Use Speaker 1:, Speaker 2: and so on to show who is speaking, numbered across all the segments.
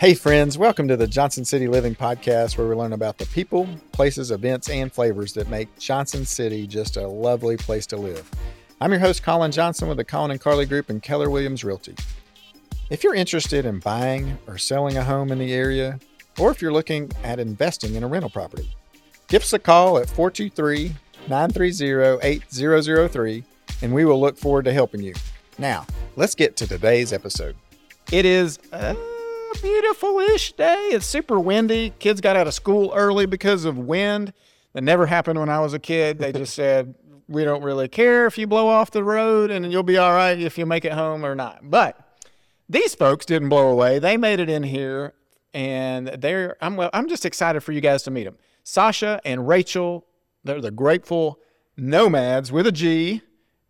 Speaker 1: Hey, friends, welcome to the Johnson City Living Podcast, where we learn about the people, places, events, and flavors that make Johnson City just a lovely place to live. I'm your host, Colin Johnson, with the Colin and Carly Group and Keller Williams Realty. If you're interested in buying or selling a home in the area, or if you're looking at investing in a rental property, give us a call at 423 930 8003, and we will look forward to helping you. Now, let's get to today's episode. It is a beautiful ish day. It's super windy. Kids got out of school early because of wind. That never happened when I was a kid. They just said, we don't really care if you blow off the road and you'll be all right if you make it home or not. But these folks didn't blow away. They made it in here, and they're I'm well, I'm just excited for you guys to meet them. Sasha and Rachel, they're the grateful nomads with a G,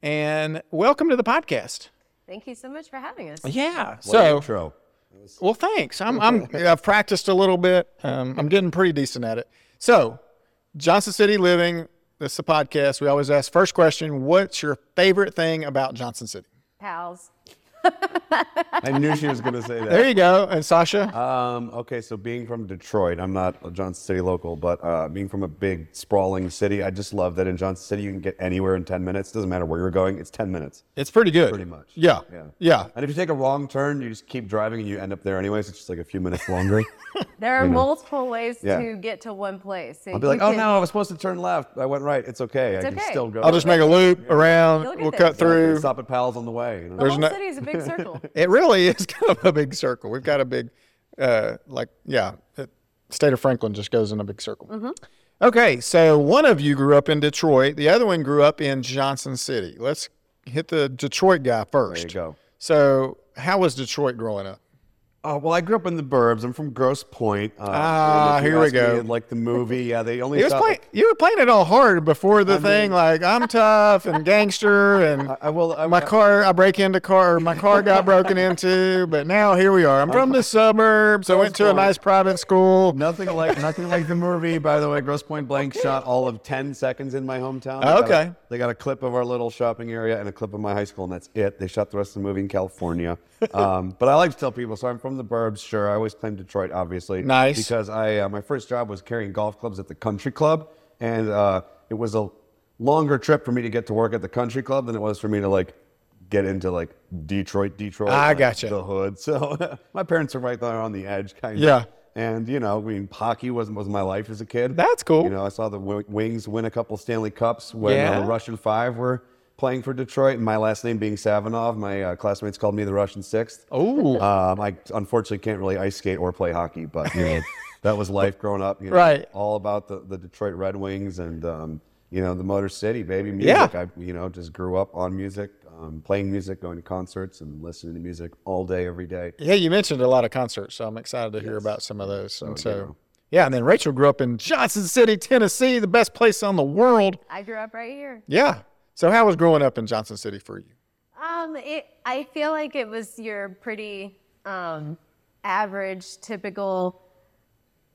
Speaker 1: and welcome to the podcast.
Speaker 2: Thank you so much for having us.
Speaker 1: Yeah.
Speaker 3: What an
Speaker 1: So
Speaker 3: intro.
Speaker 1: well, thanks. I'm I'm I've practiced a little bit. Um, I'm getting pretty decent at it. So Johnson City Living. This is a podcast. We always ask first question: What's your favorite thing about Johnson City?
Speaker 2: Pals.
Speaker 3: I knew she was going to say that.
Speaker 1: There you go. And Sasha,
Speaker 3: Um, okay, so being from Detroit, I'm not a Johnson City local, but uh, being from a big sprawling city, I just love that in Johnson City you can get anywhere in 10 minutes. Doesn't matter where you're going, it's 10 minutes.
Speaker 1: it's pretty good.
Speaker 3: Pretty much.
Speaker 1: Yeah.
Speaker 3: Yeah.
Speaker 1: Yeah.
Speaker 3: And if you take a wrong turn, you just keep driving and you end up there anyways. It's just like a few minutes longer.
Speaker 2: There are multiple ways
Speaker 3: Yeah.
Speaker 2: to get to one place.
Speaker 3: I'll be like, oh no, I was supposed to turn left. I went right. It's okay. I can
Speaker 2: okay.
Speaker 3: still go.
Speaker 1: I'll just make a loop
Speaker 2: You'll
Speaker 1: around.
Speaker 2: get
Speaker 1: We'll
Speaker 2: there.
Speaker 1: cut through.
Speaker 3: Stop at Pals on the way. you know?
Speaker 2: The whole
Speaker 1: no-
Speaker 2: city is a big circle.
Speaker 1: It really is kind of a big circle. We've got a big, uh, like, yeah, the state of Franklin just goes in a big circle. Okay, so one of you grew up in Detroit. The other one grew up in Johnson City. Let's hit the Detroit guy first.
Speaker 3: There you go.
Speaker 1: So, how was Detroit growing up?
Speaker 3: Oh, well, I grew up in the burbs. I'm from Gross Point. Uh,
Speaker 1: Ah,
Speaker 3: and if you
Speaker 1: here we
Speaker 3: ask me,
Speaker 1: go.
Speaker 3: like the movie, yeah, they only
Speaker 1: It was
Speaker 3: shot,
Speaker 1: play,
Speaker 3: like,
Speaker 1: you were playing it all hard before the thing, like I'm tough and gangster, and
Speaker 3: I, I will. I,
Speaker 1: my car I break into car or my car got broken into, but now here we are. I'm from the suburbs. I went to a nice private school.
Speaker 3: Nothing like nothing like the movie. By the way, Gross Point Blank shot all of ten seconds in my hometown. They got a-
Speaker 1: Okay.
Speaker 3: they got a clip of our little shopping area and a clip of my high school, and that's it. They shot the rest of the movie in California. Um, but I like to tell people, so I'm from the burbs. Sure, I always claim Detroit, obviously.
Speaker 1: Nice.
Speaker 3: Because I uh, my first job was carrying golf clubs at the country club, and uh, it was a longer trip for me to get to work at the country club than it was for me to like get into like Detroit, Detroit.
Speaker 1: I
Speaker 3: like,
Speaker 1: gotcha.
Speaker 3: The hood. So my parents are right there on the edge, kind of.
Speaker 1: Yeah.
Speaker 3: And you know, I mean, hockey was was my life as a kid.
Speaker 1: That's cool.
Speaker 3: You know, I saw the w- Wings win a couple Stanley Cups when uh,
Speaker 1: Yeah.
Speaker 3: the Russian Five were playing for Detroit, and my last name being Savinov, my uh, classmates called me the Russian Sixth.
Speaker 1: Oh.
Speaker 3: Um, I unfortunately can't really ice skate or play hockey, but you know, that was life growing up. You know,
Speaker 1: Right.
Speaker 3: All about the, the Detroit Red Wings and um, you know the Motor City, baby.
Speaker 1: Yeah.
Speaker 3: Music. I you know just grew up on music, um, playing music, going to concerts, and listening to music all day, every day.
Speaker 1: Yeah, you mentioned a lot of concerts, so I'm excited to hear about some of those. And so, Oh, yeah, and then Rachel grew up in Johnson City, Tennessee, the best place on the world.
Speaker 2: I grew up right here.
Speaker 1: Yeah. So, how was growing up in Johnson City for you?
Speaker 2: Um, it, I feel like it was your pretty um, average, typical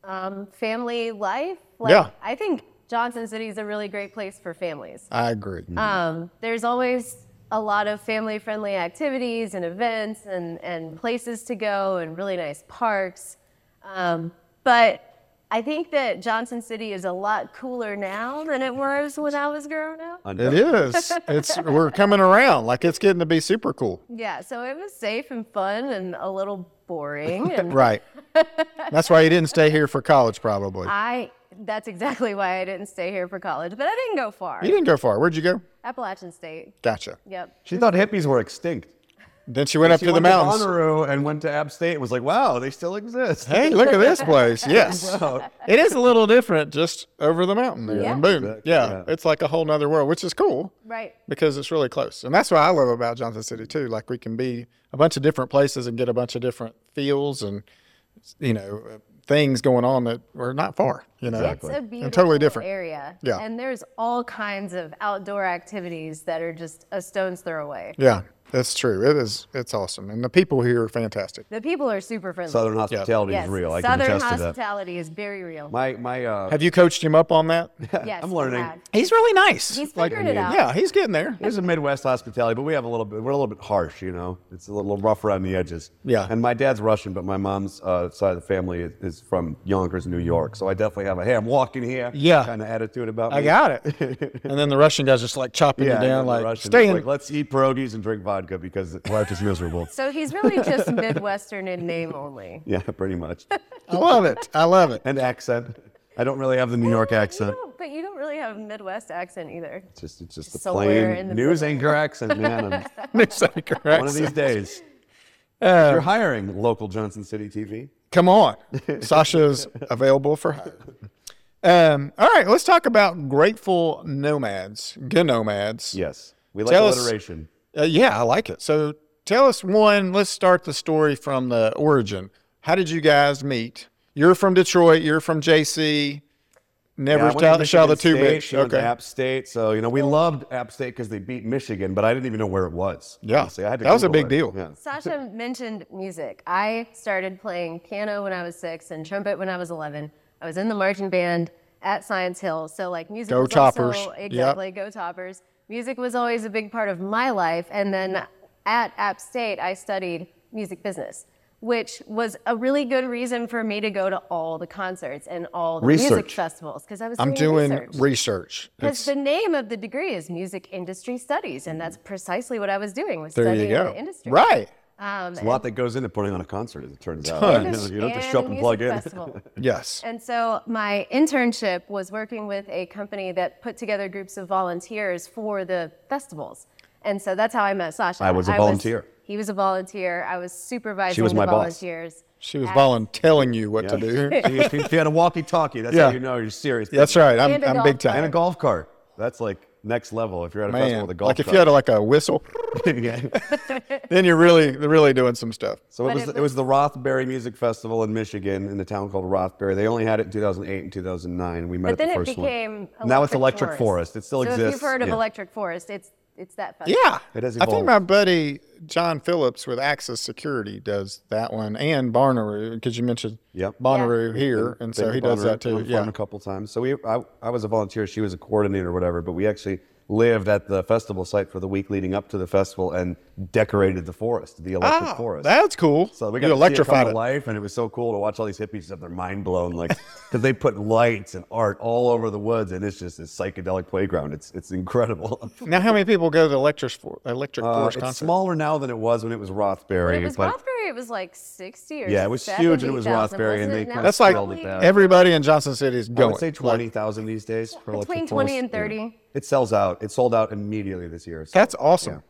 Speaker 2: um, family life. Like,
Speaker 1: Yeah.
Speaker 2: I think Johnson City is a really great place for families.
Speaker 1: I agree.
Speaker 2: Um, there's always a lot of family friendly activities and events and, and places to go and really nice parks. Um, but I think that Johnson City is a lot cooler now than it was when I was growing up.
Speaker 1: it is. It's we're coming around. Like it's getting to be super cool.
Speaker 2: Yeah, so it was safe and fun and a little boring. And
Speaker 1: Right. That's why you didn't stay here for college, probably.
Speaker 2: I, that's exactly why I didn't stay here for college, but I didn't go far.
Speaker 1: You didn't go far. Where'd you go?
Speaker 2: Appalachian State.
Speaker 1: Gotcha.
Speaker 2: Yep.
Speaker 3: She thought hippies were extinct.
Speaker 1: Then she went up
Speaker 3: She
Speaker 1: to the
Speaker 3: went
Speaker 1: mountains.
Speaker 3: to Bonnaroo and went to App State. and Was like, wow, they still exist.
Speaker 1: hey, look at this place. Yes.
Speaker 3: Wow.
Speaker 1: It is a little different just over the mountain there.
Speaker 2: Yeah.
Speaker 1: And boom.
Speaker 3: Exactly,
Speaker 1: Yeah,
Speaker 3: yeah.
Speaker 1: It's like a whole nother world, which is cool
Speaker 2: Right.
Speaker 1: because it's really close. And that's what I love about Johnson City too. Like we can be a bunch of different places and get a bunch of different feels and you know, uh, things going on that are not far, you know.
Speaker 2: It's a
Speaker 1: And
Speaker 2: beautiful
Speaker 1: totally different.
Speaker 2: area.
Speaker 1: Yeah.
Speaker 2: And there's all kinds of outdoor activities that are just a stone's throw away.
Speaker 1: Yeah. That's true. It is. It's awesome, and the people here are fantastic.
Speaker 2: The people are super friendly.
Speaker 3: Southern hospitality
Speaker 2: yes.
Speaker 3: is real. I can
Speaker 2: Southern
Speaker 3: attest to that.
Speaker 2: hospitality is very real.
Speaker 3: My my uh,
Speaker 1: Have you coached him up on that?
Speaker 2: yes,
Speaker 3: I'm learning.
Speaker 2: glad.
Speaker 1: He's really nice.
Speaker 2: He's figuring it out.
Speaker 1: Yeah, he's getting there.
Speaker 3: This is Midwest hospitality, but we have a little bit. We're a little bit harsh, you know. It's a little rough around the edges.
Speaker 1: Yeah.
Speaker 3: And my dad's Russian, but my mom's uh, side of the family is, is from Yonkers, New York. So I definitely have a "Hey, I'm walking here."
Speaker 1: Yeah.
Speaker 3: Kind of attitude about me.
Speaker 1: I got it. and then the Russian guy's just like chopping
Speaker 3: Yeah.
Speaker 1: you down,
Speaker 3: and the
Speaker 1: like
Speaker 3: Russians,
Speaker 1: stay in.
Speaker 3: Like, let's eat pierogies and drink vodka because life is miserable.
Speaker 2: So he's really just Midwestern in name only.
Speaker 3: yeah, pretty much.
Speaker 1: I love it. I love it.
Speaker 3: And accent. I don't really have the New York accent.
Speaker 2: You don't- but you don't really have a Midwest accent either.
Speaker 3: It's just it's just the
Speaker 2: Somewhere in
Speaker 3: plain
Speaker 2: the
Speaker 3: news anchor accent, man. I'm-
Speaker 1: It's like,
Speaker 3: One of
Speaker 1: correct.
Speaker 3: these days.
Speaker 1: Uh,
Speaker 3: You're hiring local Johnson City TV.
Speaker 1: Come on. Sasha's available for hire. Um, all right, let's talk about grateful nomads, gnomads.
Speaker 3: Yes. We like
Speaker 1: Tell us-
Speaker 3: alliteration.
Speaker 1: Uh, yeah, I like it. So tell us one, let's start the story from the origin. How did you guys meet? You're from Detroit, you're from JC. Never
Speaker 3: Yeah, I went
Speaker 1: shall-
Speaker 3: to
Speaker 1: shall the two
Speaker 3: Michigan State,
Speaker 1: meet.
Speaker 3: she went to App State. So, you know, we loved App State because they beat Michigan, but I didn't even know where it was.
Speaker 1: Yeah.
Speaker 3: Honestly, I had to
Speaker 1: That was a
Speaker 3: Google
Speaker 1: big
Speaker 3: it.
Speaker 1: deal.
Speaker 3: Yeah.
Speaker 2: Sasha mentioned music. I started playing piano when I was six and trumpet when I was 11. I was in the marching band at Science Hill. So, like, music
Speaker 1: Go
Speaker 2: was
Speaker 1: Toppers.
Speaker 2: also
Speaker 1: Yep.
Speaker 2: exactly go toppers. Music was always a big part of my life. And then at App State, I studied music business, which was a really good reason for me to go to all the concerts and all the music
Speaker 3: Research.
Speaker 2: festivals because I was
Speaker 1: I'm doing research.
Speaker 2: because
Speaker 1: It's-
Speaker 2: the name of the degree is music industry studies, and that's precisely what I was doing was
Speaker 1: there you
Speaker 2: studying
Speaker 1: go.
Speaker 2: the industry.
Speaker 1: Right.
Speaker 2: Um,
Speaker 3: A lot that goes into putting on a concert, as it turns out.
Speaker 1: Tons.
Speaker 3: You, know, you don't just
Speaker 2: and
Speaker 3: show up and
Speaker 2: music
Speaker 3: plug in.
Speaker 2: festival.
Speaker 1: Yes.
Speaker 2: And so my internship was working with a company that put together groups of volunteers for the festivals. And so that's how I met Sasha.
Speaker 3: I was a volunteer.
Speaker 2: he was a volunteer. I was supervising
Speaker 3: was
Speaker 2: the
Speaker 3: my boss.
Speaker 2: volunteers.
Speaker 1: She was
Speaker 2: at-
Speaker 1: volunteering, telling you what to do.
Speaker 3: Yeah. if, you, if you had a walkie-talkie, that's
Speaker 1: Yeah.
Speaker 3: how you know you're serious.
Speaker 1: That's right. I'm,
Speaker 2: And a
Speaker 1: I'm
Speaker 2: golf
Speaker 1: big time.
Speaker 3: And a golf cart. That's like next level. If you're at a festival
Speaker 1: Man,
Speaker 3: with a golf
Speaker 1: like if you had
Speaker 3: cart.
Speaker 1: like a whistle,
Speaker 3: yeah.
Speaker 1: then you're really, they're really doing some stuff.
Speaker 3: So it
Speaker 2: But
Speaker 3: was,
Speaker 2: it
Speaker 3: the- it was the Rothbury Music Festival in Michigan in a town called Rothbury. They only had it in 2008 and 2009. We met
Speaker 2: But
Speaker 3: at the
Speaker 2: then it
Speaker 3: first
Speaker 2: became
Speaker 3: one. Now it's Electric Forest. It still
Speaker 2: so
Speaker 3: exists.
Speaker 2: if you've heard of
Speaker 3: Yeah.
Speaker 2: Electric Forest, it's it's that festival.
Speaker 1: Yeah,
Speaker 3: It has
Speaker 1: I think
Speaker 3: evolved.
Speaker 1: my buddy John Phillips with Access Security does that one, and Bonnaroo because you mentioned
Speaker 3: Yep.
Speaker 1: Bonnaroo here, and so
Speaker 3: Been
Speaker 1: he
Speaker 3: to
Speaker 1: does that
Speaker 3: Bonnaroo.
Speaker 1: too.
Speaker 3: I've flown
Speaker 1: Yeah,
Speaker 3: a couple times. So we, I, I was a volunteer. She was a coordinator, or whatever. But we actually lived at the festival site for the week leading up to the festival and decorated the forest, the electric
Speaker 1: Ah,
Speaker 3: forest.
Speaker 1: that's cool.
Speaker 3: So we got
Speaker 1: you
Speaker 3: to see it
Speaker 1: electrified
Speaker 3: come to life, and it was so cool to watch all these hippies have their mind blown, like because they put lights and art all over the woods, and it's just this psychedelic playground. It's it's incredible.
Speaker 1: Now, how many people go to the electric for, electric
Speaker 3: Uh,
Speaker 1: forest
Speaker 3: it's
Speaker 1: concert?
Speaker 3: smaller now than it was when it was Rothbury.
Speaker 2: It was
Speaker 3: but
Speaker 2: Rothbury. It was like sixty or
Speaker 3: Yeah, it was huge and it was
Speaker 2: 70,000,
Speaker 3: Rothbury
Speaker 2: wasn't
Speaker 3: and they
Speaker 2: it?
Speaker 3: kinda
Speaker 2: Now
Speaker 1: That's like
Speaker 3: Scaled it down.
Speaker 1: everybody in Johnson City is
Speaker 3: I
Speaker 1: going.
Speaker 3: would say twenty thousand these days for electric
Speaker 2: Between 20
Speaker 3: forest.
Speaker 2: and 30.
Speaker 3: It sells out. It sold out immediately this year. so-
Speaker 1: that's awesome.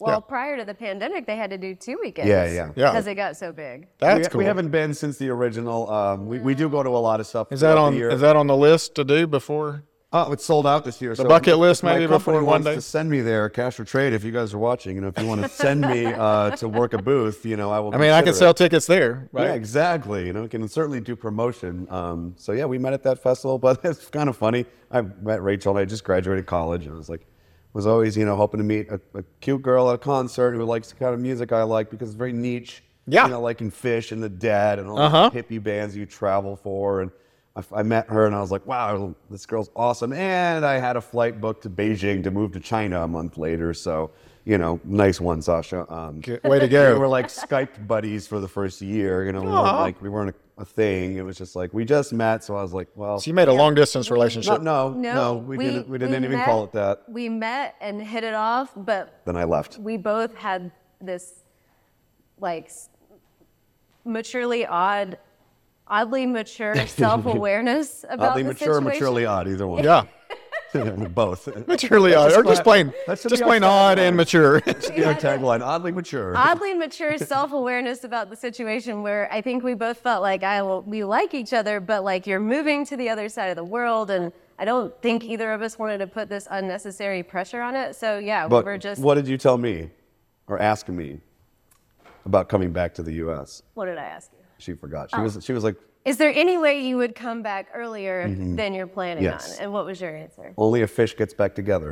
Speaker 2: Well, prior to the pandemic, they had to do two weekends.
Speaker 3: Yeah, yeah.
Speaker 1: Yeah.
Speaker 2: Because it got so big.
Speaker 1: That's
Speaker 3: we,
Speaker 1: cool.
Speaker 3: we haven't been since the original. Um, we, we do go to a lot of stuff.
Speaker 1: is that
Speaker 3: throughout
Speaker 1: on?
Speaker 3: The year.
Speaker 1: Is that on the list to do before?
Speaker 3: Oh, it's sold out this year. The
Speaker 1: bucket list maybe
Speaker 3: my company
Speaker 1: before one
Speaker 3: wants
Speaker 1: day?
Speaker 3: to send me there, cash or trade. If you guys are watching, you know, if you want to send me uh, to work a booth, you know, I will.
Speaker 1: I mean, I can
Speaker 3: consider
Speaker 1: sell
Speaker 3: it.
Speaker 1: tickets there,
Speaker 3: Yeah,
Speaker 1: right?
Speaker 3: exactly. You know, we can certainly do promotion. Um, so yeah, we met at that festival, but it's kind of funny. I met Rachel, and I just graduated college, and I was like, was always you know hoping to meet a, a cute girl at a concert who likes the kind of music I like because it's very niche.
Speaker 1: Yeah.
Speaker 3: you know, liking Fish and the Dead and all
Speaker 1: Uh-huh.
Speaker 3: the hippie bands you travel for, and I, I met her and I was like, wow, this girl's awesome. And I had a flight booked to Beijing to move to China a month later, so. You know, nice one, Sasha. Um,
Speaker 1: Way to
Speaker 3: we
Speaker 1: go.
Speaker 3: were like Skype buddies for the first year. You know, we weren't
Speaker 1: Aw.
Speaker 3: like we weren't a, a thing. It was just like we just met. So I was like, well,
Speaker 1: So you made a long distance
Speaker 3: not,
Speaker 1: relationship.
Speaker 3: no, no, we, didn't. We didn't even
Speaker 2: met-
Speaker 3: call it that.
Speaker 2: We met and hit it off, but
Speaker 3: Then I left.
Speaker 2: we both had this, like, s- maturely odd, oddly mature self-awareness about
Speaker 3: Oddly
Speaker 2: the
Speaker 3: mature,
Speaker 2: situation.
Speaker 3: maturely odd, either one.
Speaker 1: Yeah.
Speaker 3: both.
Speaker 1: Maturely odd, or just plain,
Speaker 3: That should
Speaker 1: just
Speaker 3: be our
Speaker 1: plain odd
Speaker 3: tagline.
Speaker 1: and mature.
Speaker 3: You know, tagline: oddly mature.
Speaker 2: oddly mature self-awareness about the situation where I think we both felt like I will, we like each other, but like you're moving to the other side of the world, and I don't think either of us wanted to put this unnecessary pressure on it. So yeah,
Speaker 3: but
Speaker 2: we were just
Speaker 3: what did you tell me, or ask me, about coming back to the U.S.?
Speaker 2: what did I ask you?
Speaker 3: She forgot. She
Speaker 2: Oh.
Speaker 3: was. She was like,
Speaker 2: Is there any way you would come back earlier than you're planning
Speaker 3: Mm-hmm. Yes.
Speaker 2: on? And what was your answer?
Speaker 3: only a fish gets back together.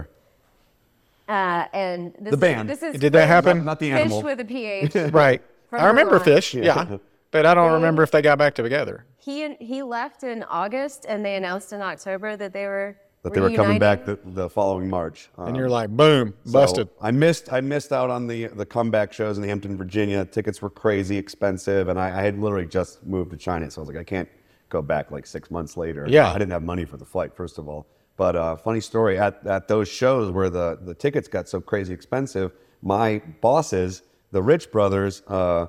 Speaker 2: Uh, and this
Speaker 3: The band.
Speaker 2: Is, this is
Speaker 1: Did that happen?
Speaker 3: Not, not the
Speaker 2: Fish
Speaker 3: animal.
Speaker 2: with a PH.
Speaker 1: Right.
Speaker 2: From
Speaker 1: I remember
Speaker 2: Mulan.
Speaker 1: Fish, yeah. But I don't remember if they got back together.
Speaker 2: he and- he left in August, and they announced in October that they were
Speaker 3: that they were coming back
Speaker 2: reuniting.
Speaker 3: the, the following March. Um,
Speaker 1: And you're like, boom, busted.
Speaker 3: So I missed I missed out on the the comeback shows in Hampton, Virginia. Tickets were crazy expensive, and I, I had literally just moved to China, so I was like, I can't go back like six months later.
Speaker 1: Yeah.
Speaker 3: I didn't have money for the flight, first of all. But uh, funny story at at those shows where the the tickets got so crazy expensive, my bosses, the Rich brothers. Uh,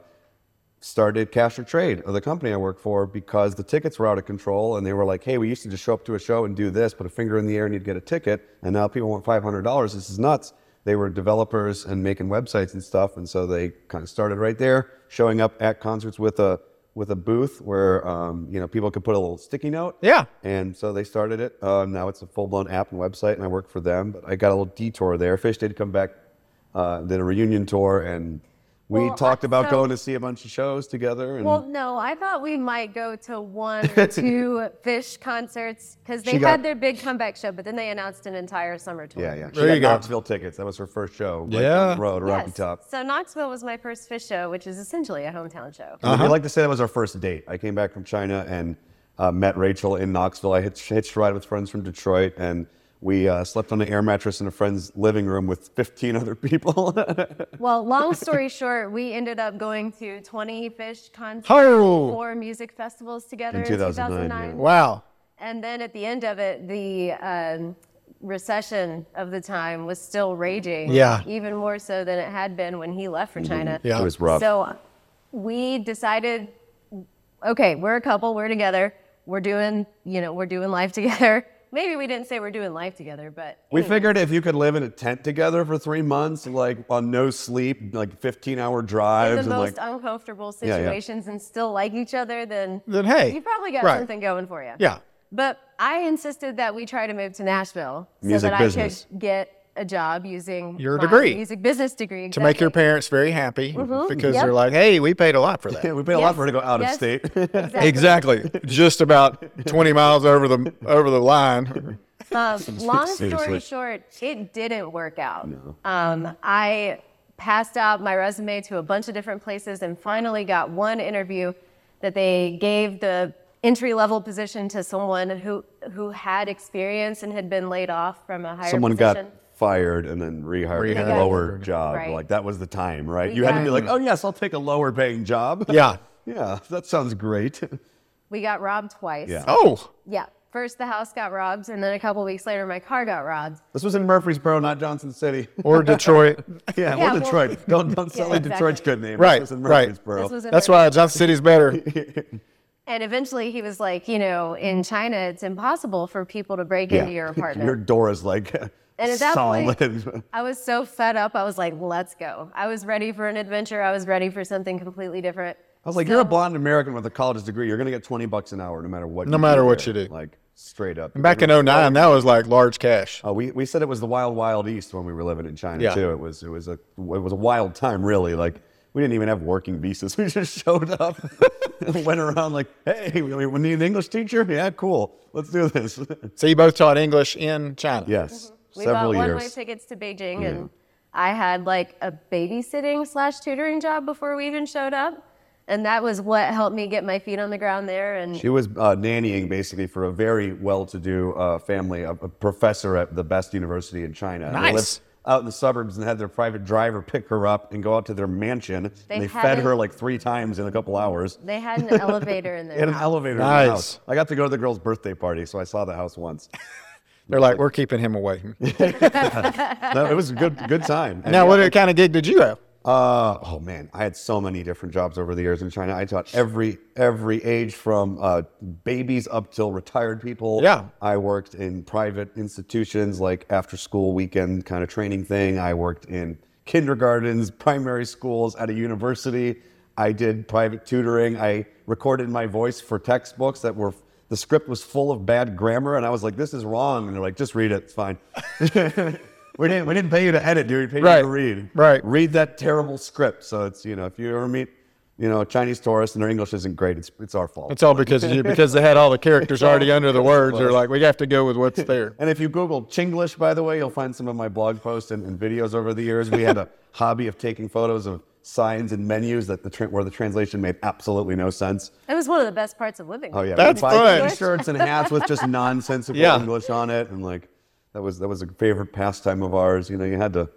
Speaker 3: started Cash or Trade, the company I work for, because the tickets were out of control and they were like, hey, we used to just show up to a show and do this, put a finger in the air and you'd get a ticket. And now people want $500. This is nuts. They were developers and making websites and stuff. And so they kind of started right there, showing up at concerts with a with a booth where um, you know people could put a little sticky note.
Speaker 1: Yeah.
Speaker 3: And so they started it. Uh, now it's a full blown app and website, and I work for them. But I got a little detour there. Fish did come back, uh, did a reunion tour, and we
Speaker 2: Well, I-
Speaker 3: talked about
Speaker 2: so-
Speaker 3: going to see a bunch of shows together. And
Speaker 2: Well, no, I thought we might go to one or two Fish concerts because they
Speaker 3: She got-
Speaker 2: had their big comeback show, but then they announced an entire summer tour.
Speaker 3: yeah, yeah, she
Speaker 1: There
Speaker 3: got
Speaker 1: you go.
Speaker 3: Knoxville tickets. That was her first show. right
Speaker 1: Yeah.
Speaker 3: on the road, Rocky
Speaker 2: Yes.
Speaker 3: Top.
Speaker 2: So Knoxville was my first Fish show, which is essentially a hometown show.
Speaker 1: Uh-huh.
Speaker 3: I like to say that was our first date. I came back from China and uh, met Rachel in Knoxville. I hitched, hitched a ride with friends from Detroit, and we uh, slept on an air mattress in a friend's living room with 15 other people.
Speaker 2: Well, long story short, we ended up going to 20 Fish concerts,
Speaker 1: Hi-yo.
Speaker 2: four music festivals together
Speaker 3: In
Speaker 2: in
Speaker 3: 2009,
Speaker 2: 2009.
Speaker 3: yeah.
Speaker 1: Wow.
Speaker 2: And then at the end of it, the um, recession of the time was still raging.
Speaker 1: Yeah.
Speaker 2: Even more so than it had been when he left for China.
Speaker 1: Yeah.
Speaker 3: Mm-hmm. It was rough.
Speaker 2: So we decided, okay, we're a couple, we're together, we're doing, you know, we're doing life together. Maybe we didn't say we're doing life together, but
Speaker 3: We figured if you could live in a tent together for three months, like on no sleep, like 15 hour drives,
Speaker 2: in the
Speaker 3: and
Speaker 2: most
Speaker 3: like,
Speaker 2: uncomfortable
Speaker 3: Yeah, yeah.
Speaker 2: situations and still like each other, then
Speaker 1: Then, hey,
Speaker 2: you probably got
Speaker 1: right.
Speaker 2: something going for you.
Speaker 1: Yeah.
Speaker 2: But I insisted that we try to move to Nashville
Speaker 3: Music
Speaker 2: so that
Speaker 3: business.
Speaker 2: I could get a job using
Speaker 1: Your
Speaker 2: my
Speaker 1: degree.
Speaker 2: music business degree
Speaker 1: To make your
Speaker 2: exactly.
Speaker 1: parents very happy because
Speaker 2: Yep.
Speaker 1: they're like, hey, we paid a lot for that.
Speaker 3: we paid a lot
Speaker 2: uh, Yes,
Speaker 3: for her to go out of
Speaker 2: yes,
Speaker 3: state.
Speaker 2: exactly.
Speaker 1: exactly. Just about 20 miles over the over the line.
Speaker 2: Um, long
Speaker 3: Seriously.
Speaker 2: story short, it didn't work out. Um, I passed out my resume to a bunch of different places and finally got one interview that they gave the entry level position to someone who who had experience and had been laid off from a higher
Speaker 3: Someone
Speaker 2: position.
Speaker 3: got fired and then rehired at
Speaker 1: Rehired.
Speaker 3: a lower job.
Speaker 2: Right.
Speaker 3: Like that was the time, right?
Speaker 2: We
Speaker 3: you had to
Speaker 2: got-
Speaker 3: be like, oh yes, I'll take a lower paying job.
Speaker 1: Yeah.
Speaker 3: yeah, that sounds great.
Speaker 2: we got robbed twice.
Speaker 3: Yeah.
Speaker 1: Oh,
Speaker 2: Yeah. First the house got robbed, and then a couple weeks later my car got robbed.
Speaker 3: This was in Murfreesboro, not Johnson City.
Speaker 1: or Detroit.
Speaker 3: yeah,
Speaker 2: Yeah,
Speaker 3: well,
Speaker 2: well-
Speaker 3: Detroit. don't don't sell
Speaker 2: Yeah,
Speaker 3: it Detroit's
Speaker 2: exactly.
Speaker 3: good name.
Speaker 1: Right,
Speaker 3: This was in
Speaker 1: right.
Speaker 3: Murfreesboro.
Speaker 2: This was in
Speaker 1: That's
Speaker 2: Murfreesboro.
Speaker 1: why Johnson City's better.
Speaker 2: And eventually he was like, you know, in China it's impossible for people to break into your apartment.
Speaker 3: your door is like
Speaker 2: at that
Speaker 3: solid.
Speaker 2: point- I was so fed up. I was like, let's go. I was ready for an adventure. I was ready for something completely different.
Speaker 3: I was like, you're a blonde American with a college degree. You're gonna get 20 bucks an hour, no matter what.
Speaker 1: No matter
Speaker 3: do
Speaker 1: what
Speaker 3: there.
Speaker 1: you do.
Speaker 3: Like straight up.
Speaker 1: Back in 09, that was like large cash.
Speaker 3: Uh, we, we said it was the wild wild east when we were living in China
Speaker 1: Yeah.
Speaker 3: too. It was it was a it was a wild time really. Like we didn't even have working visas. We just showed up and went around like, hey, we, we need an English teacher. Yeah, cool. Let's do this.
Speaker 1: So you both taught English in China.
Speaker 3: yes,
Speaker 2: Mm-hmm. We
Speaker 3: several
Speaker 2: bought one-way
Speaker 3: years.
Speaker 2: tickets to Beijing, and I had like a babysitting slash tutoring job before we even showed up, and that was what helped me get my feet on the ground there. And
Speaker 3: She was uh, nannying basically for a very well-to-do uh, family, a, a professor at the best university in China. And they
Speaker 1: Nice.
Speaker 3: lived Out in the suburbs, and had their private driver pick her up and go out to their mansion.
Speaker 2: They
Speaker 3: and they fed
Speaker 2: haven't-
Speaker 3: her like three times in a couple hours.
Speaker 2: they had an elevator in
Speaker 3: They had
Speaker 2: there.
Speaker 3: an elevator in the
Speaker 1: Nice.
Speaker 3: house. I got to go to the girl's birthday party, so I saw the house once.
Speaker 1: They're like, we're keeping him away.
Speaker 3: No, it was a good good time. And
Speaker 1: now,
Speaker 3: yeah,
Speaker 1: what kind of gig did you have?
Speaker 3: Uh, oh man, I had so many different jobs over the years in China. I taught every every age from uh, babies up till retired people.
Speaker 1: Yeah.
Speaker 3: I worked in private institutions like after school weekend kind of training thing. I worked in kindergartens, primary schools, at a university. I did private tutoring. I recorded my voice for textbooks that were the script was full of bad grammar, and I was like, "This is wrong," and they're like, "Just read it. It's fine." We didn't, we didn't pay you to edit, dude. We paid you
Speaker 1: Right,
Speaker 3: to read.
Speaker 1: right.
Speaker 3: Read that terrible script. So it's, you know, if you ever meet you know, Chinese tourists and their English isn't great. It's it's our fault.
Speaker 1: It's all because of you, because they had all the characters already under the words. They're like, we have to go with what's there.
Speaker 3: and if you Google Chinglish, by the way, you'll find some of my blog posts and, and videos over the years. We had a hobby of taking photos of signs and menus that the tra- where the translation made absolutely no sense.
Speaker 2: It was one of the best parts of living.
Speaker 3: Oh yeah,
Speaker 1: That's
Speaker 3: we'd buy
Speaker 1: fun.
Speaker 3: T-shirts and hats with just nonsensical
Speaker 1: Yeah.
Speaker 3: English on it, and like that was that was a favorite pastime of ours. You know, you had to,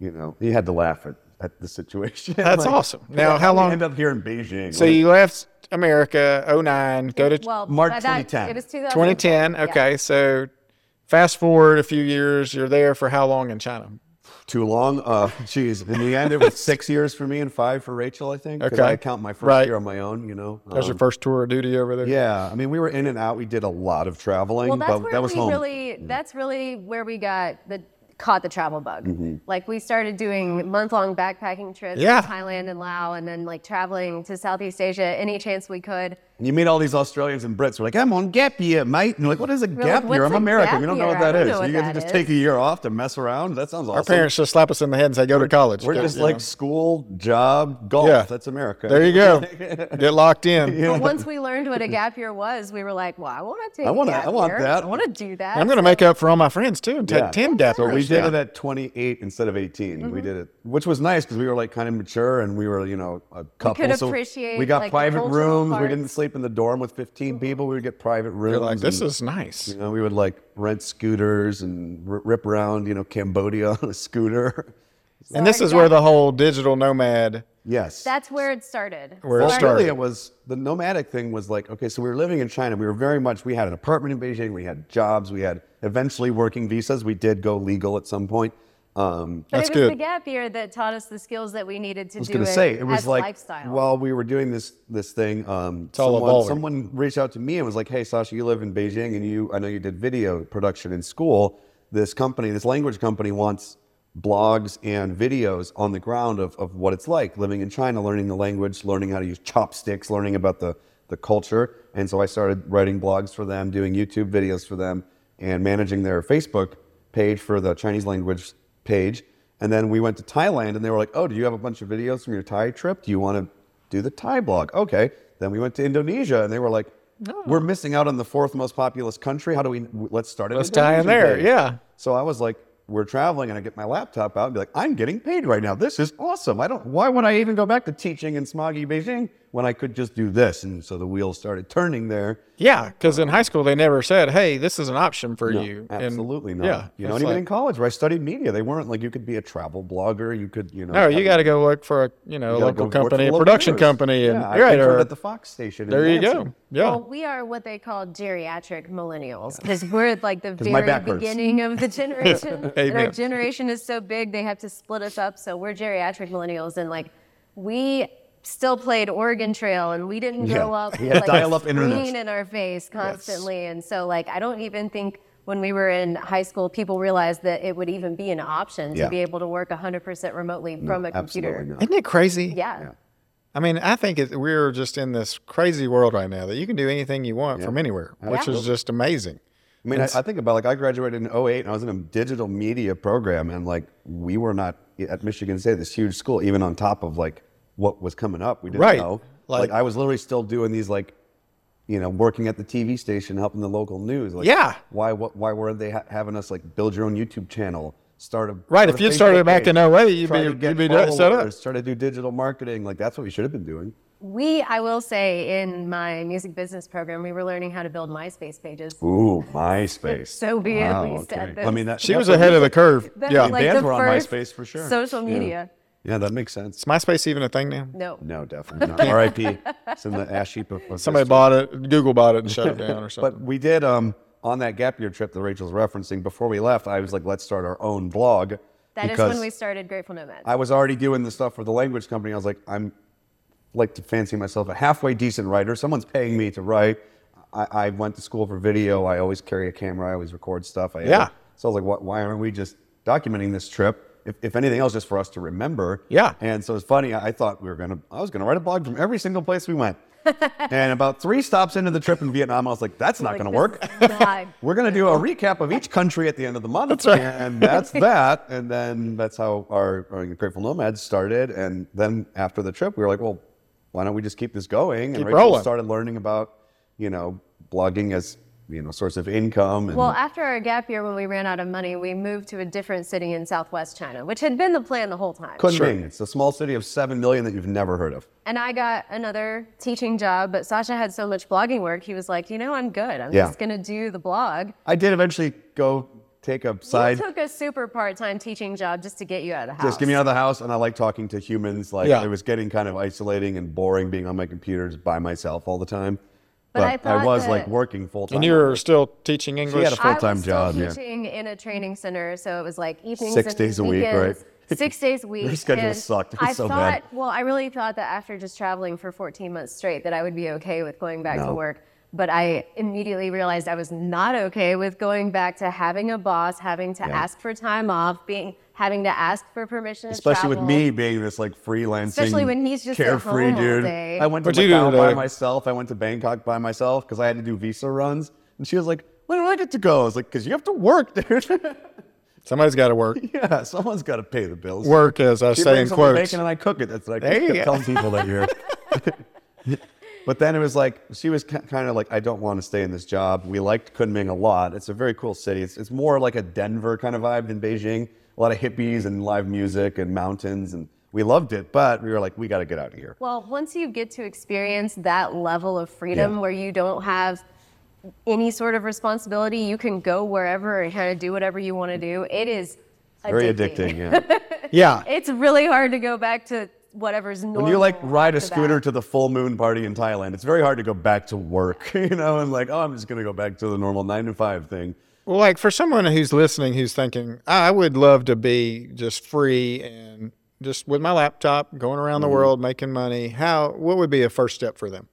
Speaker 3: you know, you had to laugh at, at the situation.
Speaker 1: That's
Speaker 3: Like,
Speaker 1: awesome. Now, how
Speaker 3: we
Speaker 1: long-
Speaker 3: End up here in Beijing.
Speaker 1: So
Speaker 3: Like,
Speaker 1: you left America 09, go to
Speaker 2: Well,
Speaker 3: March
Speaker 2: by that-
Speaker 3: 2010.
Speaker 2: It was 2000.
Speaker 1: 2010. Okay, so fast forward a few years, you're there for how long in China?
Speaker 3: too long. Uh, geez, in the end, it was six years for me and five for Rachel. I think. 'cause
Speaker 1: Okay.
Speaker 3: I count my first
Speaker 1: Right.
Speaker 3: year on my own. You know.
Speaker 1: That was your
Speaker 3: Um,
Speaker 1: first tour of duty over there.
Speaker 3: yeah, I mean, we were in and out. We did a lot of traveling,
Speaker 2: Well, that's
Speaker 3: but
Speaker 2: where
Speaker 3: that was
Speaker 2: we
Speaker 3: home.
Speaker 2: really. That's really where we got the caught the travel bug.
Speaker 3: Mm-hmm.
Speaker 2: Like we started doing month-long backpacking trips
Speaker 1: Yeah.
Speaker 2: to Thailand and Laos, and then like traveling to Southeast Asia any chance we could.
Speaker 3: And you meet all these Australians and Brits. We're like, I'm on gap year, mate. And you're like, what is a
Speaker 2: like,
Speaker 3: gap year?
Speaker 2: "What's
Speaker 3: I'm
Speaker 2: a
Speaker 3: American.
Speaker 2: gap
Speaker 3: We don't know
Speaker 2: year?
Speaker 3: what that
Speaker 2: I
Speaker 3: is.
Speaker 2: don't know what
Speaker 3: you get
Speaker 2: that
Speaker 3: to just
Speaker 2: is."
Speaker 3: take a year off to mess around. That sounds awesome.
Speaker 1: Our parents just slap us in the head and say, go to college.
Speaker 3: We're
Speaker 1: Go-
Speaker 3: just
Speaker 1: you
Speaker 3: like
Speaker 1: know.
Speaker 3: school, job, golf.
Speaker 1: Yeah.
Speaker 3: That's America.
Speaker 1: there you go. Get locked in.
Speaker 2: But once we learned what a gap year was, we were like, "Well, I want to take.
Speaker 3: I
Speaker 2: a
Speaker 3: wanna-
Speaker 2: gap
Speaker 3: I want
Speaker 2: year.
Speaker 3: that.
Speaker 2: I want to do that."
Speaker 1: I'm going to make up for all my friends too and take
Speaker 3: Yeah.
Speaker 1: 10 gap
Speaker 3: So we
Speaker 1: years.
Speaker 3: did
Speaker 1: Yeah.
Speaker 3: it at 28 instead of 18.
Speaker 2: Mm-hmm.
Speaker 3: We did it, which was nice because we were like kind of mature and we were, you know, a couple. so
Speaker 2: appreciate,
Speaker 3: we got
Speaker 2: like, the
Speaker 3: private
Speaker 2: cultural
Speaker 3: rooms. We
Speaker 2: parts. Mm-hmm.
Speaker 3: didn't sleep in the dorm with 15 people. We would get private rooms.
Speaker 1: You're like, this
Speaker 3: and-
Speaker 1: is nice.
Speaker 3: You know, we would like rent scooters and r- rip around, you know, Cambodia on a scooter.
Speaker 1: And this
Speaker 2: Sorry,
Speaker 1: is where
Speaker 2: yeah.
Speaker 1: the whole digital nomad,
Speaker 3: Yes.
Speaker 2: That's where it started.
Speaker 1: Where it
Speaker 3: well,
Speaker 2: Started-
Speaker 1: started.
Speaker 3: really, it was the nomadic thing was like, okay, so we were living in China. We were very much, we had an apartment in Beijing, we had jobs, we had eventually working visas. We did go legal at some point. Um,
Speaker 2: But
Speaker 1: That's
Speaker 2: it was the
Speaker 1: good.
Speaker 2: gap year that taught us the skills that we needed to
Speaker 3: I was
Speaker 2: do
Speaker 3: going
Speaker 2: it
Speaker 3: to say it was
Speaker 2: as
Speaker 3: like
Speaker 2: lifestyle.
Speaker 3: while we were doing this this thing, um,
Speaker 1: all
Speaker 3: someone,
Speaker 1: evolving.
Speaker 3: someone reached out to me and was like, "Hey, Sasha, you live in Beijing, and you I know you did video production in school. This company, this language company, wants blogs and videos on the ground of, of what it's like living in China, learning the language, learning how to use chopsticks, learning about the the culture." And so I started writing blogs for them, doing YouTube videos for them, and managing their Facebook page for the Chinese language page. And then we went to Thailand and they were like, oh, do you have a bunch of videos from your Thai trip? Do you want to do the Thai blog? Okay. Then we went to Indonesia and they were like,
Speaker 1: Oh.
Speaker 3: we're missing out on the fourth most populous country. How do we, let's start it.
Speaker 1: Let's tie in there, yeah.
Speaker 3: So I was like, we're traveling and I get my laptop out and be like, I'm getting paid right now. This is awesome. I don't, why would I even go back to teaching in smoggy Beijing when I could just do this? And so the wheels started turning there.
Speaker 1: Yeah, because in high school they never said, "Hey, this is an option for
Speaker 3: No,
Speaker 1: you." And-
Speaker 3: Absolutely not.
Speaker 1: Yeah,
Speaker 3: you know,
Speaker 1: it's
Speaker 3: and even
Speaker 1: like,
Speaker 3: in college where I studied media, they weren't like you could be a travel blogger. You could, you know.
Speaker 1: no, you
Speaker 3: have-
Speaker 1: got to go look for a you know
Speaker 3: you
Speaker 1: a
Speaker 3: gotta
Speaker 1: local
Speaker 3: go work for
Speaker 1: company, a
Speaker 3: local
Speaker 1: production
Speaker 3: news.
Speaker 1: company, and
Speaker 3: yeah,
Speaker 1: you're
Speaker 3: I
Speaker 1: right,
Speaker 3: interned
Speaker 1: or-
Speaker 3: at the Fox station. in
Speaker 1: there you
Speaker 3: Lansing.
Speaker 1: go. Yeah,
Speaker 2: Well, we are what they call geriatric millennials because we're at, like the
Speaker 3: 'Cause my
Speaker 2: very
Speaker 3: back hurts.
Speaker 2: beginning of the generation. and our
Speaker 1: Amen.
Speaker 2: generation is so big they have to split us up. So we're geriatric millennials, and like we still played Oregon Trail, and we didn't grow
Speaker 3: Yeah.
Speaker 2: up
Speaker 3: Yeah,
Speaker 2: like
Speaker 3: dial-up
Speaker 2: screen
Speaker 3: internet.
Speaker 2: in our face constantly, and so like I don't even think. When we were in high school, people realized that it would even be an option to
Speaker 3: Yeah.
Speaker 2: be able to work 100% remotely from a computer.
Speaker 3: Absolutely not.
Speaker 1: isn't it crazy?
Speaker 2: Yeah.
Speaker 3: Yeah.
Speaker 1: I mean, I think it, we're just in this crazy world right now that you can do anything you want from anywhere, which is just amazing.
Speaker 3: I mean, I, I think about like I graduated in 08 and I was in a digital media program, and like we were not at Michigan State, this huge school, even on top of like what was coming up. We didn't
Speaker 1: Right.
Speaker 3: know.
Speaker 1: Like-
Speaker 3: Like, I was literally still doing these like, you know, working at the TV station, helping the local news. Like,
Speaker 1: Yeah.
Speaker 3: Why? What, why weren't they ha- having us like build your own YouTube channel? Start a
Speaker 1: Right,
Speaker 3: start
Speaker 1: if
Speaker 3: a
Speaker 1: you'd started
Speaker 3: Facebook
Speaker 1: back in
Speaker 3: page,
Speaker 1: 08, you'd
Speaker 3: try
Speaker 1: be-
Speaker 3: to get
Speaker 1: you'd be set up.
Speaker 3: followers, Start to do digital marketing. Like that's what we should have been doing.
Speaker 2: We, I will say, in my music business program, we were learning how to build MySpace pages.
Speaker 3: Ooh, MySpace.
Speaker 2: So be it,
Speaker 3: Wow,
Speaker 2: we said
Speaker 3: I
Speaker 2: this.
Speaker 3: mean, that,
Speaker 1: She
Speaker 3: that's
Speaker 1: was
Speaker 3: what
Speaker 1: ahead
Speaker 3: we-
Speaker 1: of the curve.
Speaker 2: That's
Speaker 1: yeah,
Speaker 2: like
Speaker 3: bands
Speaker 2: the
Speaker 3: were on
Speaker 2: first
Speaker 3: MySpace for sure.
Speaker 2: Social
Speaker 3: Yeah.
Speaker 2: media.
Speaker 3: Yeah, that makes sense.
Speaker 1: is MySpace even a thing now?
Speaker 2: No.
Speaker 3: No, definitely not. R.I.P. It's in the ash heap of, of
Speaker 1: Somebody
Speaker 3: history.
Speaker 1: bought it, Google bought it, and shut it down or something.
Speaker 3: But we did um on that gap year trip that Rachel's referencing. Before we left, I was like, let's start our own blog.
Speaker 2: That is
Speaker 3: because
Speaker 2: when we started Grateful Nomads.
Speaker 3: I was already doing the stuff for the language company. I was like, I'm like to fancy myself a halfway decent writer. Someone's paying me to write. I, I went to school for video. I always carry a camera. I always record stuff. I
Speaker 1: Yeah.
Speaker 3: So I was like, why, why aren't we just documenting this trip? If, if anything else, just for us to remember.
Speaker 1: Yeah.
Speaker 3: And so it's funny. I I thought we were gonna. I was gonna write a blog from every single place we went. and about three stops into the trip in Vietnam, I was like, that's not
Speaker 2: Like,
Speaker 3: gonna
Speaker 2: this
Speaker 3: work.
Speaker 2: is not-
Speaker 3: We're going to do a recap of each country at the end of the month. Oh. That's right. And that's that. And then that's how our, our Grateful Nomads started. And then after the trip, we were like, well, why don't we just keep this going?
Speaker 1: Keep
Speaker 3: and Rachel
Speaker 1: rolling.
Speaker 3: started learning about, you know, blogging as, you know, source of income. And
Speaker 2: Well, after our gap year, when we ran out of money, we moved to a different city in Southwest China, which had been the plan the whole time.
Speaker 3: Kunming, it's a small city of 7 million that you've never heard of.
Speaker 2: And I got another teaching job, but Sasha had so much blogging work, he was like, you know, I'm good. I'm
Speaker 3: Yeah.
Speaker 2: just going to do the blog.
Speaker 3: I did eventually go take a
Speaker 2: I
Speaker 3: side.
Speaker 2: took a super part time teaching job just to get you out of the house.
Speaker 3: Just get me out of the house, and I like talking to humans. Like
Speaker 1: Yeah.
Speaker 3: it was getting kind of isolating and boring being on my computers by myself all the time.
Speaker 2: But I thought
Speaker 3: was
Speaker 2: that-
Speaker 3: like working full time.
Speaker 1: And you're still teaching English?
Speaker 3: had a
Speaker 2: I was
Speaker 3: full-time
Speaker 2: still
Speaker 3: job, yeah.
Speaker 2: Teaching in a training center, so it was like evenings,
Speaker 3: Six
Speaker 2: and
Speaker 3: days a week,
Speaker 2: weekends,
Speaker 3: right?
Speaker 2: Six days a week.
Speaker 3: schedule
Speaker 2: and
Speaker 3: sucked. It
Speaker 2: I
Speaker 3: was so
Speaker 2: thought,
Speaker 3: bad.
Speaker 2: well, I really thought that after just traveling for 14 months straight, that I would be okay with going back to
Speaker 3: No.
Speaker 2: work. But I immediately realized I was not okay with going back to having a boss, having to
Speaker 3: Yeah.
Speaker 2: ask for time off, being having to ask for permission, to
Speaker 3: Especially with
Speaker 2: travel.
Speaker 3: me being this like freelancing,
Speaker 2: Especially when he's just at
Speaker 3: carefree
Speaker 2: home all
Speaker 3: dude.
Speaker 2: day.
Speaker 3: I went to
Speaker 1: But you
Speaker 3: Macau
Speaker 1: did,
Speaker 3: by
Speaker 1: uh,
Speaker 3: myself. I went to Bangkok by myself because I had to do visa runs. And she was like, "When do I get to go?" I was like, "Because you have to work, dude.
Speaker 1: Somebody's got to work.
Speaker 3: yeah, someone's got to pay the bills."
Speaker 1: Work, as I
Speaker 3: She
Speaker 1: say in
Speaker 3: brings home the
Speaker 1: quotes.
Speaker 3: Bacon and I cook it. That's like
Speaker 1: There you go.
Speaker 3: telling people that you're. but then it was like she was kind of like, I don't want to stay in this job. We liked Kunming a lot. It's a very cool city. It's, it's more like a Denver kind of vibe than Beijing. A lot of hippies and live music and mountains, and we loved it. But we were like, we got to get out of here.
Speaker 2: Well, once you get to experience that level of freedom
Speaker 3: Yeah.
Speaker 2: where you don't have any sort of responsibility, you can go wherever and kind of do whatever you want to do. It is
Speaker 3: Very
Speaker 2: addicting.
Speaker 3: addicting. Yeah.
Speaker 1: Yeah.
Speaker 2: It's really hard to go back to whatever's normal.
Speaker 3: when you like ride a
Speaker 2: after that.
Speaker 3: scooter to the full moon party in Thailand, it's very hard to go back to work. You know, and like, oh, I'm just gonna go back to the normal nine to five thing.
Speaker 1: Well, like for someone who's listening who's thinking, I would love to be just free and just with my laptop going around the world making money, how what would be a first step for them?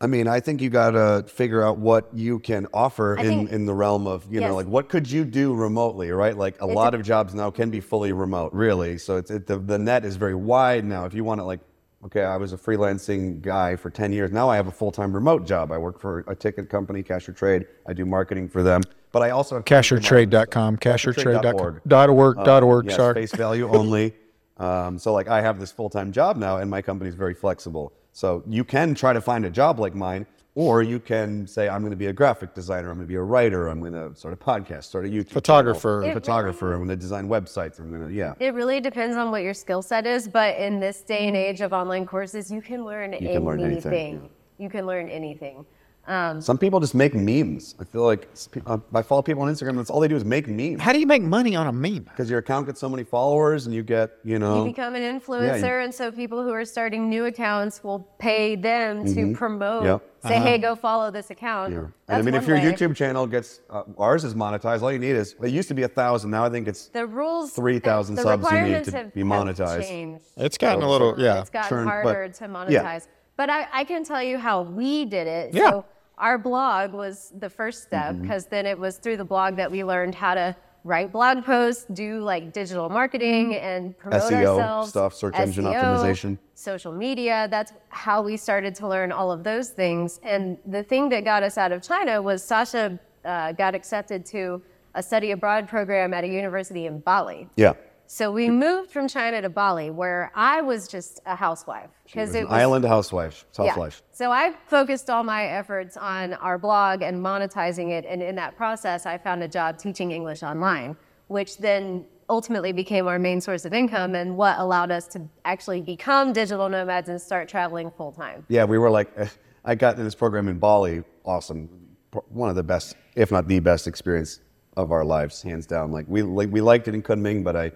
Speaker 3: I mean, I think you got to figure out what you can offer in,
Speaker 2: think-
Speaker 3: in the realm of, you
Speaker 2: Yes.
Speaker 3: know, like what could you do remotely, right? Like a lot of jobs now can be fully remote, really. So it's, it, the, the net is very wide now. If you want to, like, okay, I was a freelancing guy for 10 years. Now I have a full time remote job. I work for a ticket company, Cash or Trade. I do marketing for them, but I also
Speaker 1: Cashiertrade.com, cashiertrade.org,
Speaker 3: Cashiertrade.org.
Speaker 1: dot org, Uh, dot org,
Speaker 3: Uh, yeah,
Speaker 1: sorry.
Speaker 3: space value only. Um, so like I have this full time job now, and my company is very flexible. So you can try to find a job like mine, or you can say I'm going to be a graphic designer, I'm going to be a writer, I'm going to start a podcast, start a YouTube channel,
Speaker 1: Photographer. It
Speaker 2: really-
Speaker 3: photographer. I'm going to design websites. I'm going to yeah.
Speaker 2: It really depends on what your skill set is, but in this day and age of online courses, you can learn
Speaker 3: You
Speaker 2: anything.
Speaker 3: can learn anything,
Speaker 2: You can learn anything.
Speaker 3: Some people just make memes. I feel like s- pe- uh, I follow people on Instagram. That's all they do is make memes
Speaker 1: How do you make money on a meme?
Speaker 3: because your account gets so many followers, and you get you know
Speaker 2: You become an influencer, and so people who are starting new accounts will pay them to promote.
Speaker 3: Mm-hmm. Yep.
Speaker 2: Say, hey,
Speaker 1: Uh-huh.
Speaker 2: go follow this account.
Speaker 3: Yeah. And I
Speaker 2: That's
Speaker 3: mean, if
Speaker 2: one
Speaker 3: your
Speaker 2: way.
Speaker 3: YouTube channel gets uh, ours is monetized, all you need is it used to be a thousand. Now I think it's
Speaker 2: the rules,
Speaker 3: 3,000
Speaker 2: the
Speaker 3: subs you need
Speaker 2: requirements
Speaker 3: to
Speaker 2: have-
Speaker 3: be
Speaker 2: have
Speaker 3: monetized.
Speaker 2: changed.
Speaker 1: It's gotten a little, yeah.
Speaker 2: It's gotten
Speaker 3: Turn- but-
Speaker 2: harder to monetize.
Speaker 3: yeah.
Speaker 2: But I, I can tell you how we did it.
Speaker 1: Yeah.
Speaker 2: So our blog was the first step
Speaker 3: Mm-hmm.
Speaker 2: because then it was through the blog that we learned how to write blog posts, do like digital marketing and promote
Speaker 3: SEO
Speaker 2: ourselves. E
Speaker 3: stuff, E search engine optimization.
Speaker 2: Social media. That's how we started to learn all of those things. And the thing that got us out of China was Sasha uh, got accepted to a study abroad program at a university in Bali.
Speaker 3: yeah.
Speaker 2: So we moved from China to Bali, where I was just a housewife
Speaker 3: It was
Speaker 2: because it
Speaker 3: an
Speaker 2: was
Speaker 3: island housewife,
Speaker 2: yeah.
Speaker 3: housewife.
Speaker 2: So I focused all my efforts on our blog and monetizing it, and in that process, I found a job teaching English online, which then ultimately became our main source of income and what allowed us to actually become digital nomads and start traveling full time.
Speaker 3: Yeah. we were like, eh, I got in this program in Bali. Awesome, Pro- one of the best, if not the best, experience of our lives, hands down. Like we like, we liked it in Kunming, but I,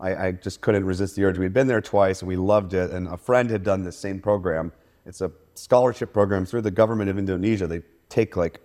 Speaker 3: I, I just couldn't resist the urge. We'd been there twice, and we loved it. And a friend had done this same program. It's a scholarship program through the government of Indonesia. They take like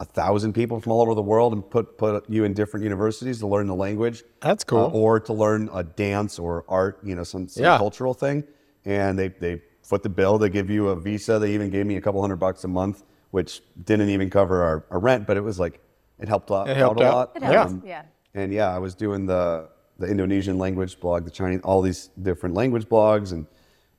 Speaker 3: a thousand people from all over the world and put put you in different universities to learn the language.
Speaker 1: That's cool.
Speaker 3: Uh, or to learn a dance or art, you know, some, some
Speaker 1: Yeah.
Speaker 3: cultural thing. And they, they foot the bill. They give you a visa. They even gave me a couple hundred bucks a month, which didn't even cover our, our rent, but it was like, it helped out,
Speaker 1: It helped
Speaker 3: a
Speaker 1: out.
Speaker 3: lot. Um,
Speaker 1: It
Speaker 2: helped, yeah.
Speaker 3: And yeah, I was doing the, the Indonesian language blog, the Chinese, all these different language blogs. And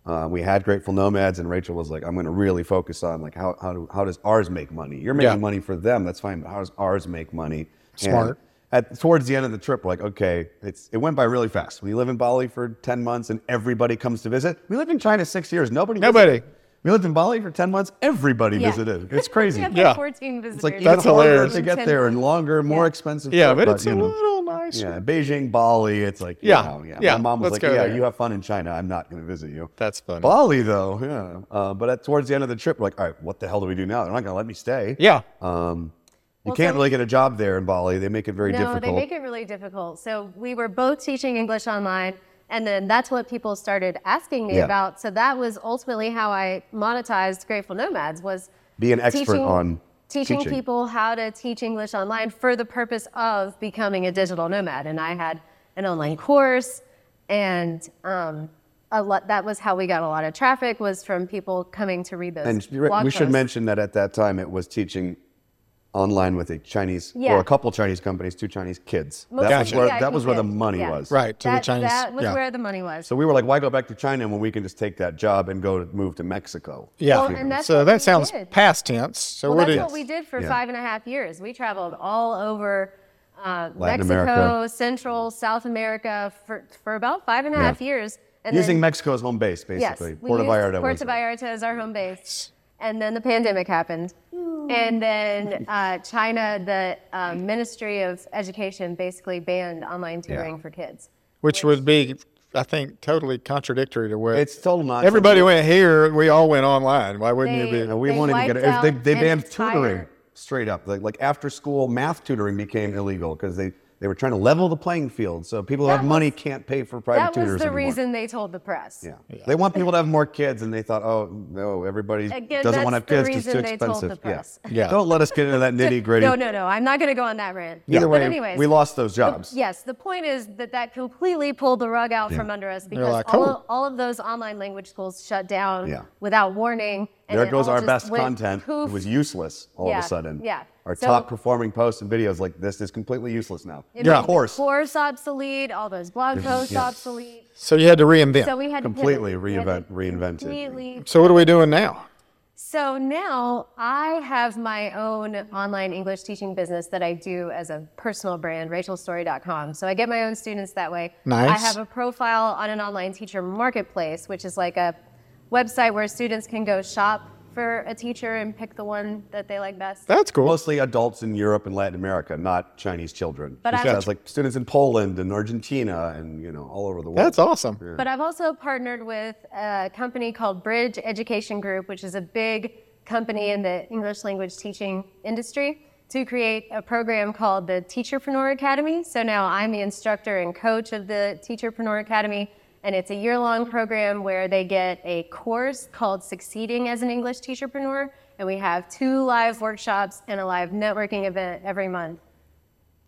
Speaker 3: uh, we had Grateful Nomads. And Rachel was like, I'm going to really focus on like, how, how, do, how does ours make money? You're making
Speaker 1: Yeah.
Speaker 3: money for them. That's fine. But how does ours make money? And
Speaker 1: Smart.
Speaker 3: I at towards the end of the trip, we're like, okay, it's it went by really fast. We live in Bali for ten months, and everybody comes to visit. We lived in China six years. Nobody.
Speaker 1: Nobody.
Speaker 3: visited. We lived in Bali for ten months. Everybody
Speaker 2: Yeah.
Speaker 3: visited. It's crazy.
Speaker 2: We have
Speaker 1: Yeah.
Speaker 2: like 14 visitors.
Speaker 3: It's like
Speaker 1: That's
Speaker 3: even harder
Speaker 1: hilarious.
Speaker 3: to
Speaker 2: In
Speaker 3: get
Speaker 2: 10
Speaker 3: there and longer, more
Speaker 2: Yeah.
Speaker 3: expensive.
Speaker 1: Yeah,
Speaker 3: trip,
Speaker 1: but it's a
Speaker 3: you know.
Speaker 1: little nicer.
Speaker 3: Yeah, Beijing, Bali. It's like
Speaker 1: Yeah,
Speaker 3: wow, yeah.
Speaker 1: yeah,
Speaker 3: My mom was
Speaker 1: let's
Speaker 3: like,
Speaker 1: go
Speaker 3: yeah,
Speaker 1: there.
Speaker 3: you have fun in China. I'm not going to visit you.
Speaker 1: That's funny.
Speaker 3: Bali though, yeah. Uh, but at, towards the end of the trip, we're like, all right, what the hell do we do now? They're not going to let me stay.
Speaker 1: Yeah.
Speaker 3: Um, you
Speaker 2: Well,
Speaker 3: can't
Speaker 2: some-
Speaker 3: really get a job there in Bali. They make it very
Speaker 2: No,
Speaker 3: difficult.
Speaker 2: they make it really difficult. So we were both teaching English online, and then that's what people started asking me
Speaker 3: Yeah.
Speaker 2: about. So that was ultimately how I monetized Grateful Nomads was
Speaker 3: Be an expert on
Speaker 2: teaching,
Speaker 3: teaching.
Speaker 2: people how to teach English online for the purpose of becoming a digital nomad. And I had an online course, and um, a lot, that was how we got a lot of traffic was from people coming to read those.
Speaker 3: And you're right,
Speaker 2: blog
Speaker 3: we should
Speaker 2: posts.
Speaker 3: mention that at that time it was teaching online with a Chinese
Speaker 2: Yeah.
Speaker 3: or a couple Chinese companies, two Chinese kids.
Speaker 2: Mostly
Speaker 3: That was
Speaker 1: Gotcha.
Speaker 3: where
Speaker 2: VIP
Speaker 3: that was where the
Speaker 2: kids,
Speaker 3: money
Speaker 2: yeah.
Speaker 3: was.
Speaker 1: Right. To the
Speaker 2: that,
Speaker 1: Chinese.
Speaker 2: that was
Speaker 1: yeah.
Speaker 2: where the money was.
Speaker 3: So we were like, why go back to China when we can just take that job and go to move to Mexico?
Speaker 1: yeah.
Speaker 2: Well, and that's
Speaker 1: so
Speaker 2: what
Speaker 1: that
Speaker 2: we
Speaker 1: sounds
Speaker 2: did.
Speaker 1: past tense. So
Speaker 2: Well,
Speaker 1: what
Speaker 2: that's
Speaker 1: is-
Speaker 2: what we did for
Speaker 3: Yeah.
Speaker 2: five and a half years. We traveled all over uh,
Speaker 3: Latin
Speaker 2: Mexico,
Speaker 3: America.
Speaker 2: Central, South America for, for about five and a
Speaker 3: Yeah.
Speaker 2: half years. And
Speaker 3: Using
Speaker 2: then,
Speaker 3: Mexico as home base,
Speaker 2: yes,
Speaker 3: basically.
Speaker 2: we
Speaker 3: Puerto
Speaker 2: used
Speaker 3: Vallarta. was-
Speaker 2: Puerto Vallarta as our home base. And then the pandemic happened. And then uh, China, the uh, Ministry of Education basically banned online tutoring for kids.
Speaker 1: which would be, I think, totally contradictory to where
Speaker 3: It's total nonsense.
Speaker 1: everybody went here. We all went online. Why wouldn't
Speaker 2: They-
Speaker 1: you
Speaker 3: You
Speaker 1: be?
Speaker 3: know, we
Speaker 2: They
Speaker 3: won't even get
Speaker 2: wiped
Speaker 3: it. They,
Speaker 2: out
Speaker 3: they
Speaker 2: an
Speaker 3: banned
Speaker 2: entire-
Speaker 3: tutoring straight up. Like, like after school math tutoring became illegal because they, they were trying to level the playing field. So people who
Speaker 2: That
Speaker 3: have money
Speaker 2: was-
Speaker 3: can't pay for private
Speaker 2: that
Speaker 3: tutors
Speaker 2: was the
Speaker 3: anymore.
Speaker 2: reason they told the press.
Speaker 3: Yeah. They want people to have more kids, and they thought, oh, no, everybody
Speaker 2: Again,
Speaker 3: doesn't want to have
Speaker 2: that's
Speaker 3: kids
Speaker 2: the
Speaker 3: 'cause it's too
Speaker 2: reason they told the
Speaker 3: expensive. Yeah.
Speaker 2: press.
Speaker 1: Yeah.
Speaker 3: Don't let us get into that nitty gritty.
Speaker 2: No, no, no. I'm not going to go on that rant.
Speaker 3: Either way,
Speaker 2: but anyways,
Speaker 3: we lost those jobs.
Speaker 2: Yes, the point is that that completely pulled the rug out from under us because
Speaker 1: like,
Speaker 2: all,
Speaker 1: "Oh."
Speaker 2: of, all of those online language schools shut down
Speaker 3: Yeah.
Speaker 2: without warning. and
Speaker 3: there
Speaker 2: it
Speaker 3: goes
Speaker 2: all
Speaker 3: our
Speaker 2: just
Speaker 3: best
Speaker 2: went
Speaker 3: content.
Speaker 2: poof.
Speaker 3: It was useless all
Speaker 2: Yeah,
Speaker 3: of a sudden.
Speaker 2: yeah.
Speaker 3: Our
Speaker 2: So-
Speaker 3: top performing posts and videos like this is completely useless now.
Speaker 2: It
Speaker 1: Yeah.
Speaker 2: made
Speaker 1: Of
Speaker 2: the
Speaker 3: course.
Speaker 2: Course obsolete. All those blog posts obsolete.
Speaker 1: So you had to reinvent.
Speaker 2: So
Speaker 1: So,
Speaker 2: we had
Speaker 3: Completely
Speaker 2: to pivot. We had
Speaker 3: reinvent-
Speaker 2: to
Speaker 3: reinvented.
Speaker 2: Completely.
Speaker 1: what are we doing now?
Speaker 2: So now I have my own online English teaching business that I do as a personal brand, rachelstory.com. So I get my own students that way. I
Speaker 1: Nice.
Speaker 2: have a profile on an online teacher marketplace, which is like a website where students can go shop for a teacher and pick the one that they like best.
Speaker 1: That's cool.
Speaker 3: Mostly adults in Europe and Latin America, not Chinese children.
Speaker 2: But
Speaker 3: Because
Speaker 2: I'm-
Speaker 3: that's like students in Poland and Argentina and you know all over the world.
Speaker 1: That's awesome.
Speaker 2: But I've also partnered with a company called Bridge Education Group, which is a big company in the English language teaching industry, to create a program called the Teacherpreneur Academy. So now I'm the instructor and coach of the Teacherpreneur Academy, and it's a year long program where they get a course called Succeeding as an English Teacherpreneur. And we have two live workshops and a live networking event every month.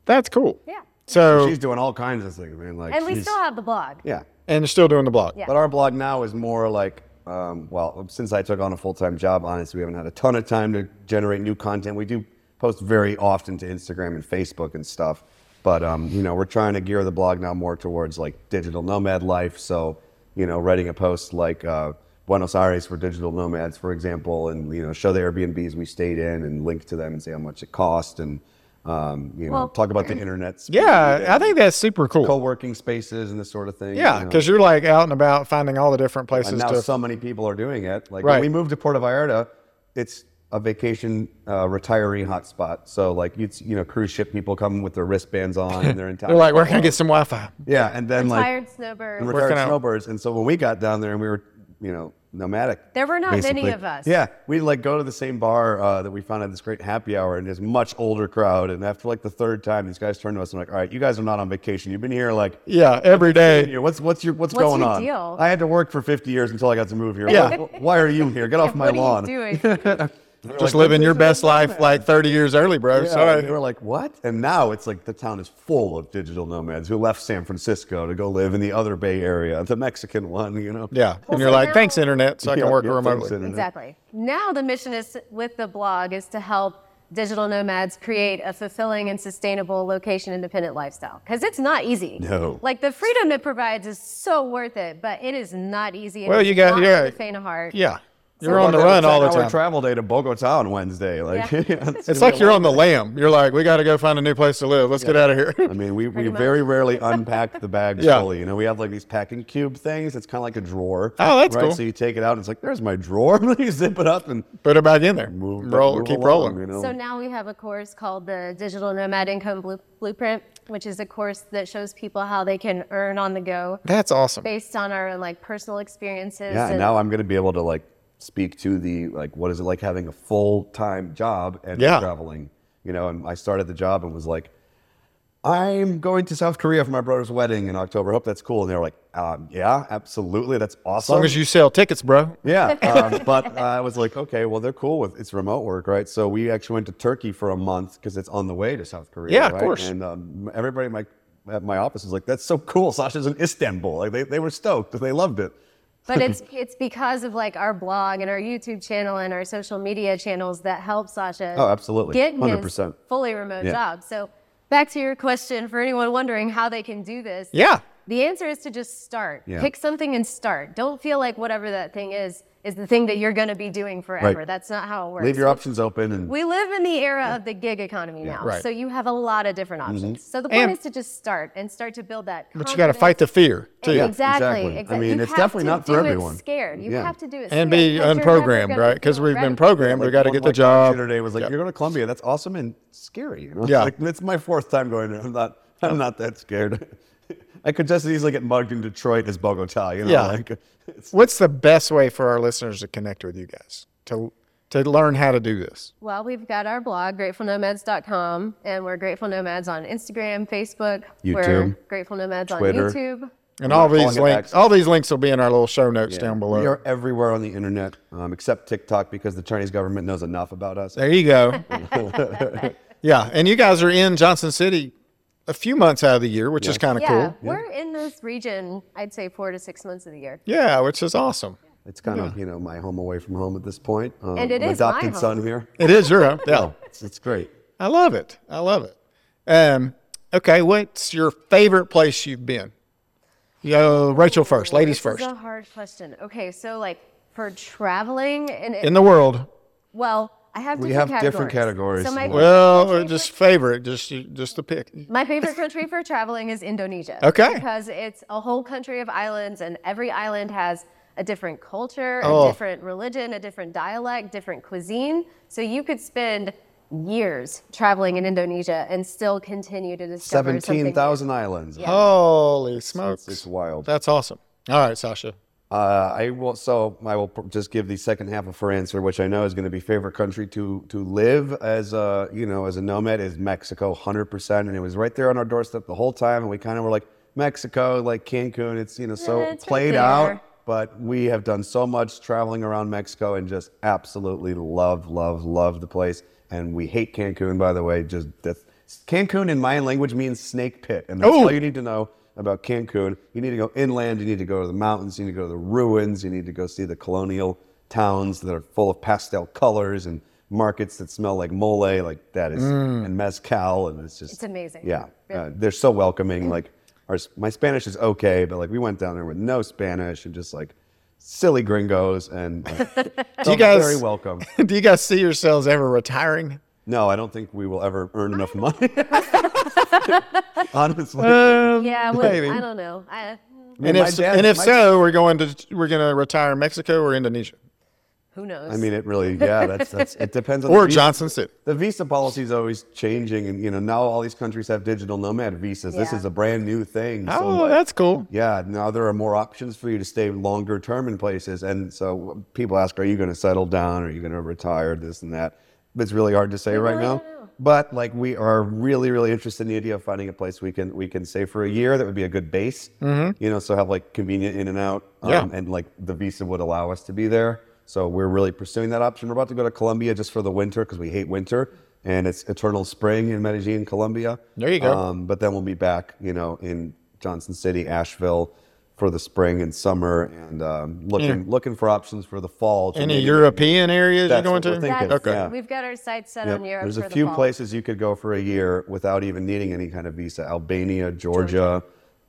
Speaker 1: That's cool.
Speaker 2: Yeah.
Speaker 1: So
Speaker 3: She's doing all kinds of things, man. Like
Speaker 2: And we
Speaker 3: she's-
Speaker 2: still have the blog.
Speaker 3: yeah.
Speaker 1: and you're still doing the blog.
Speaker 2: Yeah.
Speaker 3: But our blog now is more like, um, well, since I took on a full time job, honestly, we haven't had a ton of time to generate new content. We do post very often to Instagram and Facebook and stuff. But, um, you know, we're trying to gear the blog now more towards like digital nomad life. So, you know, writing a post like uh, Buenos Aires for digital nomads, for example, and, you know, show the Airbnbs we stayed in and link to them and say how much it cost and, um, you know,
Speaker 2: Well-
Speaker 3: talk about the internet. space,
Speaker 1: Yeah, I think that's super cool.
Speaker 3: Co working spaces and this sort of thing.
Speaker 1: Yeah,
Speaker 3: you know.
Speaker 1: because you're like out and about finding all the different
Speaker 3: And
Speaker 1: places
Speaker 3: now
Speaker 1: to.
Speaker 3: so many people are doing it. Like
Speaker 1: Right.
Speaker 3: when we moved to Puerto Vallarta, it's a vacation uh, retiree hotspot. So like you you know cruise ship people come with their wristbands on and they're in town.
Speaker 1: they're like, where can I get some Wi-Fi?
Speaker 3: yeah, and then
Speaker 2: Retired
Speaker 3: like
Speaker 2: snowbird.
Speaker 3: and
Speaker 1: Working
Speaker 3: retired
Speaker 1: out.
Speaker 3: snowbirds. And so when we got down there and we were you know nomadic.
Speaker 2: There were not many
Speaker 3: basically.
Speaker 2: of us.
Speaker 3: Yeah, we like go to the same bar uh, that we found at this great happy hour, and there's much older crowd. And after like the third time, these guys turned to us and like, all right, you guys are not on vacation. You've been here like
Speaker 1: Yeah, every
Speaker 3: you
Speaker 1: day.
Speaker 3: know, What's what's your what's,
Speaker 2: What's
Speaker 3: going
Speaker 2: your
Speaker 3: on?
Speaker 2: deal?
Speaker 3: I had to work for 50 years until I got to move here.
Speaker 1: Yeah.
Speaker 3: Why, why are you here? Get off my
Speaker 2: what
Speaker 3: lawn.
Speaker 2: are you doing?
Speaker 1: Just living your best life like 30 years early, bro.
Speaker 3: Yeah, They
Speaker 1: Sorry.
Speaker 3: were like, what? And now it's like the town is full of digital nomads who left San Francisco to go live in the other Bay Area, the Mexican one, you know.
Speaker 1: Yeah,
Speaker 2: Well,
Speaker 1: and you're
Speaker 2: so
Speaker 1: like,
Speaker 2: now-
Speaker 1: thanks, internet, so I can
Speaker 3: Yeah,
Speaker 1: work
Speaker 3: yeah,
Speaker 1: remotely.
Speaker 3: thanks, internet.
Speaker 2: Exactly. Now the mission is with the blog is to help digital nomads create a fulfilling and sustainable location independent lifestyle because it's not easy.
Speaker 3: No.
Speaker 2: Like the freedom it provides is so worth it, but it is not easy. and
Speaker 1: Well,
Speaker 2: it's
Speaker 1: you got-
Speaker 2: not
Speaker 1: yeah.
Speaker 2: for the faint of heart.
Speaker 1: Yeah, You're on the run all the
Speaker 3: Our
Speaker 1: time.
Speaker 3: travel day to Bogota on Wednesday. Like,
Speaker 2: Yeah.
Speaker 1: It's like you're on the lam. You're like, we got to go find a new place to live. Let's get out of here.
Speaker 3: I mean, we, we
Speaker 2: Pretty much.
Speaker 3: very rarely unpack the bags
Speaker 1: Yeah.
Speaker 3: fully. You know, we have like these packing cube things. It's kind of like a drawer.
Speaker 1: Oh, that's
Speaker 3: right?
Speaker 1: cool.
Speaker 3: So you take it out, and it's like, there's my drawer. you zip it up and
Speaker 1: Put it back in there.
Speaker 3: move,
Speaker 1: Roll,
Speaker 3: move
Speaker 1: keep
Speaker 3: along,
Speaker 1: rolling.
Speaker 3: You know?
Speaker 2: So now we have a course called the Digital Nomad Income Blu- Blueprint, which is a course that shows people how they can earn on the go
Speaker 1: That's awesome.
Speaker 2: based on our own like personal experiences.
Speaker 3: yeah,
Speaker 2: and-
Speaker 3: and now I'm going to be able to like speak to the like, what is it like having a full time job and
Speaker 1: Yeah.
Speaker 3: traveling? You know, and I started the job and was like, I'm going to South Korea for my brother's wedding in October. Hope that's cool. And they were like, um, yeah, absolutely. That's
Speaker 1: As
Speaker 3: awesome.
Speaker 1: long as you sell tickets, bro.
Speaker 3: Yeah, um, but uh, I was like, okay, well, they're cool with it's remote work, right? So we actually went to Turkey for a month because it's on the way to South Korea.
Speaker 1: Yeah, of
Speaker 3: right?
Speaker 1: course.
Speaker 3: And um, everybody at my at my office was like, that's so cool. Sasha's in Istanbul. Like they, they were stoked. They loved it.
Speaker 2: but it's it's because of like our blog and our YouTube channel and our social media channels that help Sasha.
Speaker 3: Oh, absolutely.
Speaker 2: Get his
Speaker 3: 100%.
Speaker 2: fully remote
Speaker 3: Yeah.
Speaker 2: job. So back to your question for anyone wondering how they can do this.
Speaker 1: Yeah.
Speaker 2: The answer is to just start.
Speaker 3: Yeah.
Speaker 2: Pick something and start. Don't feel like whatever that thing is is the thing that you're going to be doing forever. That's not how it works.
Speaker 3: Leave your options open and
Speaker 2: we live in the era of the gig economy now,
Speaker 1: Right.
Speaker 2: so you have a lot of different options. So the point
Speaker 1: And-
Speaker 2: is to just start and start to build that.
Speaker 1: But you got to fight
Speaker 2: confidence.
Speaker 1: the fear, too.
Speaker 3: Yeah,
Speaker 2: exactly,
Speaker 3: exactly. I
Speaker 2: exactly.
Speaker 3: mean,
Speaker 2: You
Speaker 3: it's
Speaker 2: have
Speaker 3: definitely
Speaker 2: to
Speaker 3: not for
Speaker 2: do it
Speaker 3: everyone.
Speaker 2: Scared. You
Speaker 3: Yeah.
Speaker 2: have to do
Speaker 1: And
Speaker 2: it. scared,
Speaker 1: be
Speaker 2: 'cause you're never
Speaker 1: unprogrammed,
Speaker 2: gonna
Speaker 1: right? Because
Speaker 2: feel
Speaker 1: we've been
Speaker 2: ready.
Speaker 1: programmed. we
Speaker 3: Like,
Speaker 1: got to
Speaker 3: one
Speaker 1: get
Speaker 3: of
Speaker 1: the
Speaker 3: my clients
Speaker 1: job.
Speaker 3: the other day was like, "You're going to Columbia. That's awesome and scary." You know?
Speaker 1: Yeah.
Speaker 3: like it's my fourth time going there. I'm not. I'm not that scared. I could just as easily get mugged in Detroit as Bogota. You know,
Speaker 1: Yeah.
Speaker 3: like it's
Speaker 1: What's the best way for our listeners to connect with you guys to to learn how to do this?
Speaker 2: Well, we've got our blog, gratefulnomads.com, and we're Grateful Nomads on Instagram, Facebook. We're
Speaker 3: YouTube,
Speaker 2: Grateful Nomads
Speaker 3: Twitter.
Speaker 2: on YouTube.
Speaker 1: And all
Speaker 3: I'll
Speaker 1: these
Speaker 3: get
Speaker 1: links,
Speaker 3: back.
Speaker 1: all these links will be in our little show notes down
Speaker 3: We
Speaker 1: below.
Speaker 3: are everywhere on the internet, um, except TikTok, because the Chinese government knows enough about us.
Speaker 1: There you go. yeah, and you guys are in Johnson City a few months out of the year, which is kind of
Speaker 2: Yeah,
Speaker 1: cool.
Speaker 2: we're in this region, I'd say four to six months of the year.
Speaker 1: Yeah, which is awesome.
Speaker 3: It's kind of you know my home away from home at this point. Um,
Speaker 2: And it
Speaker 3: I'm
Speaker 2: is my
Speaker 3: adopted
Speaker 2: home.
Speaker 3: son here. Oh,
Speaker 1: It is your home. Yeah,
Speaker 3: It's, it's great.
Speaker 1: I love it. I love it. Um, okay, what's your favorite place you've been? Yo, Rachel first, ladies
Speaker 2: this
Speaker 1: first.
Speaker 2: is a hard question. Okay, so like for traveling, and it,
Speaker 1: In the world,
Speaker 2: well, I have
Speaker 3: We
Speaker 2: different
Speaker 3: have different categories.
Speaker 2: So my,
Speaker 1: well, uh, just favorite, just just to pick.
Speaker 2: my favorite country for traveling is Indonesia.
Speaker 1: Okay.
Speaker 2: Because it's a whole country of islands, and every island has a different culture,
Speaker 1: Oh.
Speaker 2: a different religion, a different dialect, different cuisine. So you could spend years traveling in Indonesia and still continue to discover
Speaker 3: Seventeen
Speaker 2: something
Speaker 3: thousand islands.
Speaker 1: Holy smokes,
Speaker 3: it's wild.
Speaker 1: that's awesome. All right, Sasha.
Speaker 3: Uh, I will. So I will pr- just give the second half of her answer, which I know is going to be favorite country to to live as a you know as a nomad is Mexico, hundred percent. And it was right there on our doorstep the whole time, and we kind of were like Mexico, like Cancun. It's you know so
Speaker 2: Yeah, it's right
Speaker 3: played
Speaker 2: there.
Speaker 3: out, but we have done so much traveling around Mexico and just absolutely love, love, love the place. And we hate Cancun, by the way. Just that's, Cancun in Mayan language means snake pit, and that's
Speaker 1: Oh.
Speaker 3: all you need to know about Cancun. You need to go inland. You need to go to the mountains. You need to go to the ruins. You need to go see the colonial towns that are full of pastel colors and markets that smell like mole, like that is, and mezcal, and it's just
Speaker 2: It's amazing.
Speaker 3: Yeah, uh,
Speaker 2: Really.
Speaker 3: they're so welcoming. Like, our my Spanish is okay, but like we went down there with no Spanish and just like silly gringos and like,
Speaker 1: Do you
Speaker 3: felt
Speaker 1: guys
Speaker 3: very welcome.
Speaker 1: Do you guys see yourselves ever retiring?
Speaker 3: No, I don't think we will ever earn enough money. Honestly.
Speaker 1: Um,
Speaker 2: Yeah, well,
Speaker 1: maybe.
Speaker 2: I don't know. I,
Speaker 1: And
Speaker 3: My
Speaker 1: if, so-
Speaker 3: dad-
Speaker 1: and if
Speaker 3: my-
Speaker 1: so, we're going to we're going to retire in Mexico or Indonesia
Speaker 2: who knows?
Speaker 3: I mean, it really, yeah, that's, that's it depends on the
Speaker 1: or
Speaker 3: visa-
Speaker 1: Johnson City.
Speaker 3: The visa policy is always changing, and you know now all these countries have digital nomad visas. This
Speaker 2: Yeah.
Speaker 3: is a brand new thing. so,
Speaker 1: Oh, that's cool.
Speaker 3: Yeah, now there are more options for you to stay longer term in places. And so people ask, are you going to settle down? Are you going to retire? This and that. It's really hard to say right
Speaker 2: really
Speaker 3: now.
Speaker 2: don't know.
Speaker 3: But like we are really, really interested in the idea of finding a place we can we can stay for a year that would be a good base. You know, so have like convenient in and out.
Speaker 1: Mm-hmm.
Speaker 3: um,
Speaker 1: Yeah.
Speaker 3: And like the visa would allow us to be there. So we're really pursuing that option. We're about to go to Colombia just for the winter because we hate winter. And it's eternal spring in Medellin, Colombia.
Speaker 1: There you go.
Speaker 3: Um, but then we'll be back, you know, in Johnson City, Asheville, for the spring and summer, and um, looking looking for options for the fall. to
Speaker 1: Any
Speaker 3: maybe-
Speaker 1: European areas you're
Speaker 3: That's
Speaker 1: going
Speaker 3: what
Speaker 1: to?
Speaker 3: we're thinking.
Speaker 2: That's-
Speaker 1: Okay.
Speaker 3: yeah.
Speaker 2: We've got our sights set
Speaker 3: Yep.
Speaker 2: on Europe.
Speaker 3: There's
Speaker 2: for
Speaker 3: a
Speaker 2: the
Speaker 3: few
Speaker 2: fall.
Speaker 3: places you could go for a year without even needing any kind of visa. Albania, Georgia.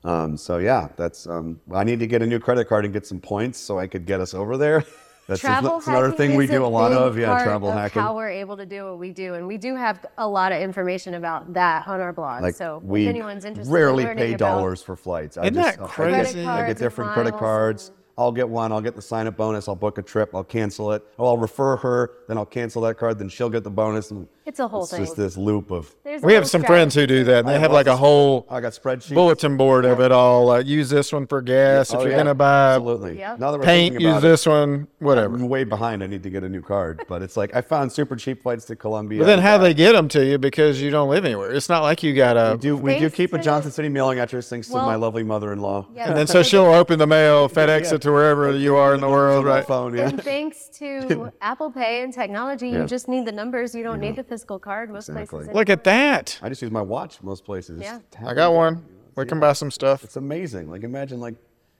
Speaker 3: Um, so yeah, that's. Um, I need to get a new credit card and get some points so I could get us over there. That's
Speaker 2: travel
Speaker 3: that's another
Speaker 2: hacking
Speaker 3: thing we
Speaker 2: is
Speaker 3: do a lot
Speaker 2: big
Speaker 3: of. Yeah,
Speaker 2: part
Speaker 3: travel
Speaker 2: of
Speaker 3: hacking.
Speaker 2: How we're able to do what we do, and we do have a lot of information about that on our blog.
Speaker 3: like
Speaker 2: so
Speaker 3: we
Speaker 2: if anyone's interested, in
Speaker 3: rarely
Speaker 2: learning
Speaker 3: pay
Speaker 2: about-
Speaker 3: dollars for flights. I
Speaker 1: Isn't
Speaker 3: just,
Speaker 1: that
Speaker 3: I get-
Speaker 1: crazy?
Speaker 3: I get,
Speaker 2: Credit cards
Speaker 3: different
Speaker 2: and
Speaker 3: credit
Speaker 2: miles
Speaker 3: cards. I'll get one. I'll get the sign up bonus. I'll book a trip. I'll cancel it. Oh, I'll refer her. Then I'll cancel that card. Then she'll get the bonus. And
Speaker 2: It's a whole thing.
Speaker 3: just this loop of.
Speaker 2: There's a
Speaker 1: We have
Speaker 2: little
Speaker 1: some friends who do that, and they have like a whole
Speaker 3: I got spreadsheets.
Speaker 1: bulletin board of it all. Uh, use this one for gas
Speaker 3: Oh,
Speaker 1: if you're
Speaker 3: yeah,
Speaker 1: gonna buy
Speaker 3: absolutely.
Speaker 2: Yep.
Speaker 3: Now that we're
Speaker 1: paint.
Speaker 3: thinking
Speaker 1: Use
Speaker 3: about it,
Speaker 1: this one, whatever.
Speaker 3: I'm way behind. I need to get a new card, but it's like I found super cheap flights to Colombia.
Speaker 1: But then how they get them to you because you don't live anywhere. It's not like you got
Speaker 3: we
Speaker 1: a.
Speaker 3: do we do
Speaker 2: Thanks
Speaker 3: keep a
Speaker 2: to-
Speaker 3: Johnson City mailing address thanks to my
Speaker 2: Well,
Speaker 3: lovely mother-in-law.
Speaker 2: Yeah,
Speaker 1: And then so she'll open the mail, FedEx it to wherever you are in the world,
Speaker 3: On my
Speaker 1: right?
Speaker 3: phone, yeah.
Speaker 2: And thanks to Apple Pay and technology,
Speaker 3: Yeah.
Speaker 2: you just need the numbers. You don't need the physical card. Most
Speaker 3: Exactly.
Speaker 2: places.
Speaker 1: Look at that!
Speaker 3: I just use my watch most places.
Speaker 2: Yeah.
Speaker 1: I got one. We can buy some stuff.
Speaker 3: It's amazing. Like imagine like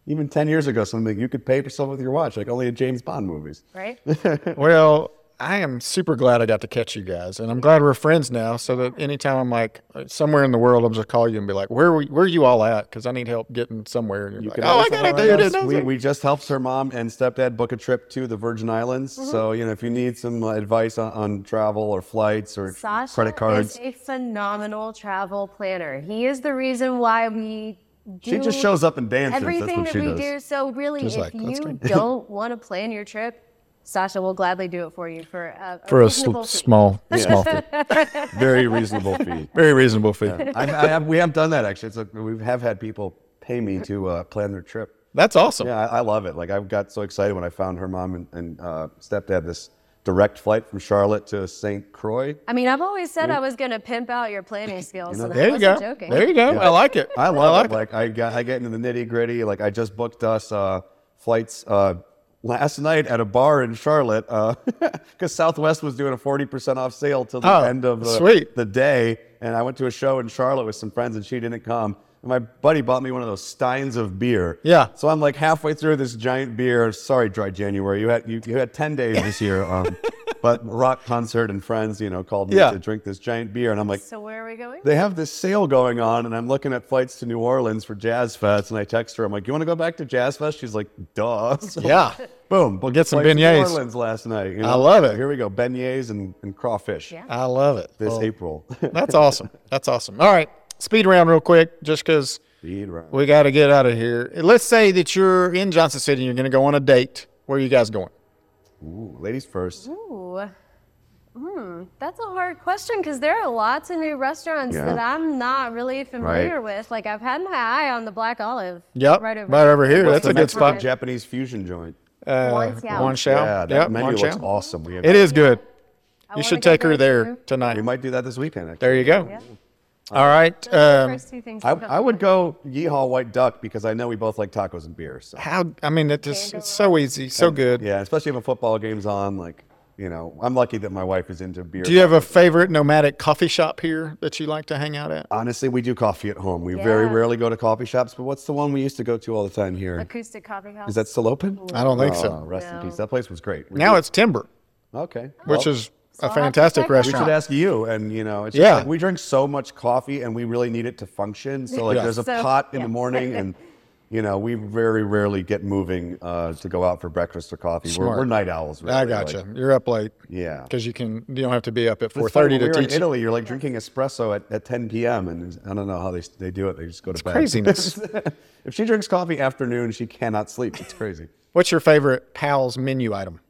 Speaker 3: even ten years ago, something you could pay for stuff with your watch, like only in James Bond movies.
Speaker 2: right?
Speaker 1: Well, I am super glad I got to catch you guys, and I'm glad we're friends now. So that anytime I'm like somewhere in the world, I'm just call you and be like, "Where were where are you all at?" Because I need help getting somewhere. And you're like,
Speaker 3: Could
Speaker 1: "Oh, I
Speaker 3: always
Speaker 1: gotta
Speaker 3: follow
Speaker 1: do
Speaker 3: us.
Speaker 1: this."
Speaker 3: We, we just helped her mom and stepdad book a trip to the Virgin Islands.
Speaker 2: Mm-hmm.
Speaker 3: So you know, if you need some uh, advice on, on travel or flights or
Speaker 2: Sasha
Speaker 3: credit cards,
Speaker 2: is a phenomenal travel planner. He is the reason why we do
Speaker 3: she just shows up and dances. That's
Speaker 2: everything
Speaker 3: what
Speaker 2: that
Speaker 3: she
Speaker 2: we
Speaker 3: does.
Speaker 2: do. So really,
Speaker 1: She's
Speaker 2: if
Speaker 1: like, "Let's
Speaker 2: you don't want to plan your trip, Sasha will gladly do it for you for a, a
Speaker 1: For a
Speaker 2: reasonable fee.
Speaker 1: small small fee,
Speaker 3: Very reasonable fee.
Speaker 1: very reasonable fee.
Speaker 3: I, I have, we have done that actually. It's like, we have had people pay me to uh, plan their trip.
Speaker 1: That's awesome.
Speaker 3: Yeah, I, I love it. Like I got so excited when I found her mom and, and uh, stepdad this direct flight from Charlotte to St. Croix.
Speaker 2: I mean, I've always said I was going to pimp out your planning skills. and
Speaker 1: There
Speaker 2: I
Speaker 1: you go.
Speaker 2: wasn't joking.
Speaker 1: There you go. I like it.
Speaker 3: I love
Speaker 1: like
Speaker 3: it. Like I got, I get into the nitty gritty. Like I just booked us uh, flights uh, last night at a bar in Charlotte because Southwest was doing a forty percent off sale till the
Speaker 1: Oh,
Speaker 3: end of the,
Speaker 1: sweet.
Speaker 3: the day, and I went to a show in Charlotte with some friends, and she didn't come. And my buddy bought me one of those steins of beer.
Speaker 1: Yeah.
Speaker 3: So I'm like halfway through this giant beer. Sorry, dry January. You had you, you had ten days this year. Um, but rock concert and friends, you know, called me
Speaker 1: Yeah.
Speaker 3: to drink this giant beer, and I'm like,
Speaker 2: So where are we going?
Speaker 3: they have this sale going on, and I'm looking at flights to New Orleans for Jazz Fest, and I text her. I'm like, "You want to go back to Jazz Fest?" She's like, "Duh." So,
Speaker 1: Yeah.
Speaker 3: Boom. We'll
Speaker 1: get some
Speaker 3: New
Speaker 1: beignets.
Speaker 3: Orleans last night. you
Speaker 1: I love it.
Speaker 3: Here we go. Beignets and, and crawfish.
Speaker 2: Yeah.
Speaker 1: I love it.
Speaker 3: This
Speaker 1: Well,
Speaker 3: April.
Speaker 1: that's awesome. That's awesome. All right, speed round real quick, just because
Speaker 3: Speed round.
Speaker 1: we got to get out of here. Let's say that you're in Johnson City and you're going to go on a date. Where are you guys going?
Speaker 3: Ooh, ladies first.
Speaker 2: Ooh. Hmm, that's a hard question because there are lots of new restaurants
Speaker 3: Yeah.
Speaker 2: that I'm not really familiar with. Like I've had my eye on the Black Olive.
Speaker 1: Yep,
Speaker 2: Right over.
Speaker 1: here.
Speaker 3: What's
Speaker 1: That's
Speaker 3: the
Speaker 1: a good
Speaker 3: Mexican
Speaker 1: spot.
Speaker 3: Japanese fusion joint.
Speaker 1: Uh,
Speaker 2: One shell.
Speaker 1: One shell.
Speaker 3: Yeah, that
Speaker 1: Yep,
Speaker 3: menu
Speaker 1: one
Speaker 3: looks
Speaker 1: shell.
Speaker 3: awesome. We, have,
Speaker 1: It is good.
Speaker 2: I
Speaker 1: You
Speaker 2: wanna
Speaker 1: should
Speaker 2: go
Speaker 1: take her there
Speaker 2: there, too.
Speaker 3: we
Speaker 1: tonight.
Speaker 3: might do that this weekend. Actually.
Speaker 1: There you go. All right. Um,
Speaker 2: First two things.
Speaker 3: I,
Speaker 2: to go.
Speaker 3: I would go Yeehaw White Duck because I know we both like tacos and beer. So.
Speaker 1: how? I mean, it just, it's so easy, so good.
Speaker 3: Yeah, especially if a football game's on. Like, you know, I'm lucky that my wife is into beer.
Speaker 1: Do you have a favorite nomadic coffee shop here that you like to hang out at?
Speaker 3: Honestly, we do coffee at home. We very
Speaker 2: Yeah.
Speaker 3: rarely go to coffee shops, but what's the one we used to go to all the time here?
Speaker 2: acoustic coffee house.
Speaker 3: Is that still open?
Speaker 1: I don't think
Speaker 3: Oh,
Speaker 1: so.
Speaker 3: rest in
Speaker 2: No.
Speaker 3: peace. That place was great. We
Speaker 1: Now
Speaker 3: did-
Speaker 1: it's Timber,
Speaker 3: okay.
Speaker 1: which
Speaker 3: Well,
Speaker 1: is
Speaker 2: So I'll
Speaker 1: a
Speaker 2: have to
Speaker 1: fantastic
Speaker 2: check that out.
Speaker 3: we
Speaker 1: restaurant.
Speaker 3: should ask you, and you know, it's just
Speaker 1: Yeah.
Speaker 3: like we drink so much coffee, and we really need it to function. So like,
Speaker 1: Yeah.
Speaker 3: there's a
Speaker 2: So-
Speaker 3: pot in
Speaker 2: yeah.
Speaker 3: the morning, and you know, we very rarely get moving uh, to go out for breakfast or coffee. We're,
Speaker 1: Smart.
Speaker 3: we're night owls. Really.
Speaker 1: I
Speaker 3: like-
Speaker 1: gotcha. You're up late.
Speaker 3: Yeah.
Speaker 1: Because you can, you don't have to be up at
Speaker 3: It's funny,
Speaker 1: 4:30 to
Speaker 3: when we were
Speaker 1: teach.
Speaker 3: in Italy, you're like drinking espresso at, at 10 p.m. and I don't know how they, they do it. They just go to bed.
Speaker 1: Craziness.
Speaker 3: if she drinks coffee afternoon, she cannot sleep. It's crazy.
Speaker 1: What's your favorite Pals menu item?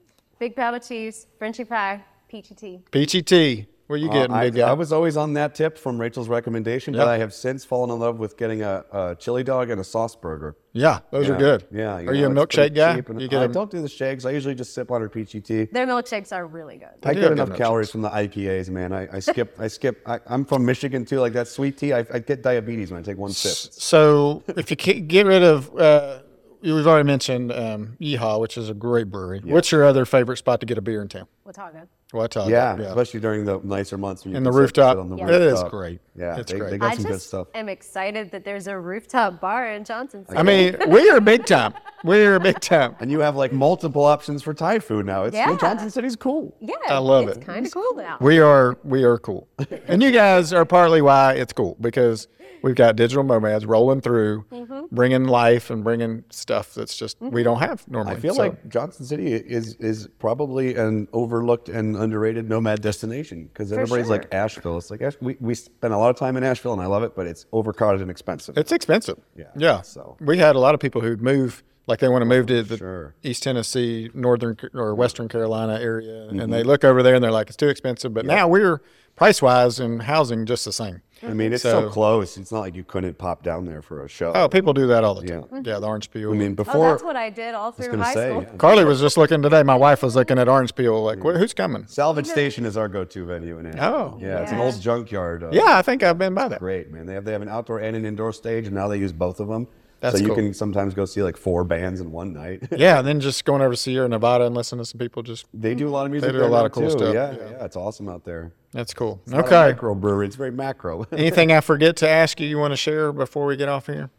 Speaker 2: Big pile of cheese, Frenchy pie, peachy tea.
Speaker 1: Peachy tea. Where you
Speaker 3: Uh,
Speaker 1: getting,
Speaker 3: I,
Speaker 1: big guy?
Speaker 3: I was always on that tip from Rachel's recommendation,
Speaker 1: Yep.
Speaker 3: but I have since fallen in love with getting a, a chili dog and a sauce burger.
Speaker 1: yeah, those
Speaker 3: Yeah.
Speaker 1: are good.
Speaker 3: Yeah.
Speaker 1: are you a
Speaker 3: know, it's pretty
Speaker 1: milkshake guy?
Speaker 3: cheap and-
Speaker 1: You get
Speaker 3: I
Speaker 1: a-
Speaker 3: don't do the shakes. I usually just sip on her peachy tea.
Speaker 2: Their milkshakes are really good.
Speaker 3: I
Speaker 1: do
Speaker 3: get
Speaker 1: have good
Speaker 3: enough calories from the IPAs, man. I, I skip. I skip. I, I'm from Michigan too. Like that sweet tea, I, I get diabetes when I take one sip.
Speaker 1: So if you ca- get rid of, uh, you- we've already mentioned um, Yeehaw, which is a great brewery. What's your other favorite spot to get a beer in town?
Speaker 2: Watauga.
Speaker 1: Well, I tell
Speaker 3: Yeah,
Speaker 1: you, yeah.
Speaker 3: especially during the nicer months. When you
Speaker 1: And the
Speaker 3: can sit-
Speaker 1: rooftop.
Speaker 3: sit on the
Speaker 1: Yeah. It is
Speaker 3: rooftop.
Speaker 1: great.
Speaker 3: Yeah,
Speaker 1: It's
Speaker 3: they,
Speaker 1: great.
Speaker 3: they got
Speaker 2: I
Speaker 3: some good
Speaker 2: just
Speaker 3: stuff.
Speaker 2: am excited that there's a rooftop bar in Johnson City.
Speaker 1: I mean, we are big time. We're big time.
Speaker 3: And you have like multiple options for Thai food now. It's
Speaker 2: Yeah.
Speaker 3: Johnson City's cool.
Speaker 2: Yeah,
Speaker 1: I love
Speaker 2: it's
Speaker 1: it.
Speaker 2: kind of cool now.
Speaker 1: We are we are cool, and you guys are partly why it's cool because we've got digital nomads rolling through, bringing life and bringing stuff that's just we don't have normally.
Speaker 3: I feel
Speaker 1: So,
Speaker 3: like Johnson City is is probably an overlooked and underrated nomad destination because everybody's
Speaker 2: sure.
Speaker 3: like Asheville. It's like Ash- we we spend a lot of time in Asheville and I love it, but it's overcrowded and expensive.
Speaker 1: it's expensive.
Speaker 3: Yeah,
Speaker 1: yeah.
Speaker 3: so-
Speaker 1: we had a lot of people who'd move, like they want to move to the
Speaker 3: sure.
Speaker 1: East Tennessee, northern Ca- or Western Carolina area, and
Speaker 3: Mm-hmm.
Speaker 1: they look over there and they're like, it's too expensive. But now we're price wise and housing just the same.
Speaker 3: I mean, it's so,
Speaker 1: So-
Speaker 3: close. It's not like you couldn't pop down there for a show.
Speaker 1: Oh, people do that all the time.
Speaker 3: Yeah.
Speaker 1: Yeah, the orange peel.
Speaker 3: I mean,
Speaker 2: Oh,
Speaker 3: before
Speaker 2: that's what I did all
Speaker 3: I was
Speaker 2: through
Speaker 3: gonna
Speaker 2: high
Speaker 3: say
Speaker 2: school.
Speaker 3: yeah.
Speaker 1: Carly was just looking today. My wife was looking at orange peel, like, "Wh- who's coming?
Speaker 3: Salvage Station is our go-to venue in Asheville.
Speaker 1: Oh.
Speaker 3: yeah, it's an
Speaker 2: Yeah.
Speaker 3: old junkyard. Uh,
Speaker 1: Yeah, I think I've been by that.
Speaker 3: great, man. They have they have an outdoor and an indoor stage, and now they use both of them.
Speaker 1: That's
Speaker 3: so you
Speaker 1: cool.
Speaker 3: can sometimes go see like four bands in one night.
Speaker 1: Yeah, and then just going over to Sierra Nevada and listening to some people. Just
Speaker 3: they do a lot of music.
Speaker 1: do a
Speaker 3: there
Speaker 1: lot
Speaker 3: now,
Speaker 1: of cool
Speaker 3: too.
Speaker 1: stuff,
Speaker 3: Yeah,
Speaker 1: yeah.
Speaker 3: yeah, it's awesome out there.
Speaker 1: that's cool.
Speaker 3: Not a
Speaker 1: okay.
Speaker 3: macro brewery. It's very macro.
Speaker 1: Anything I forget to ask you you want to share before we get off here?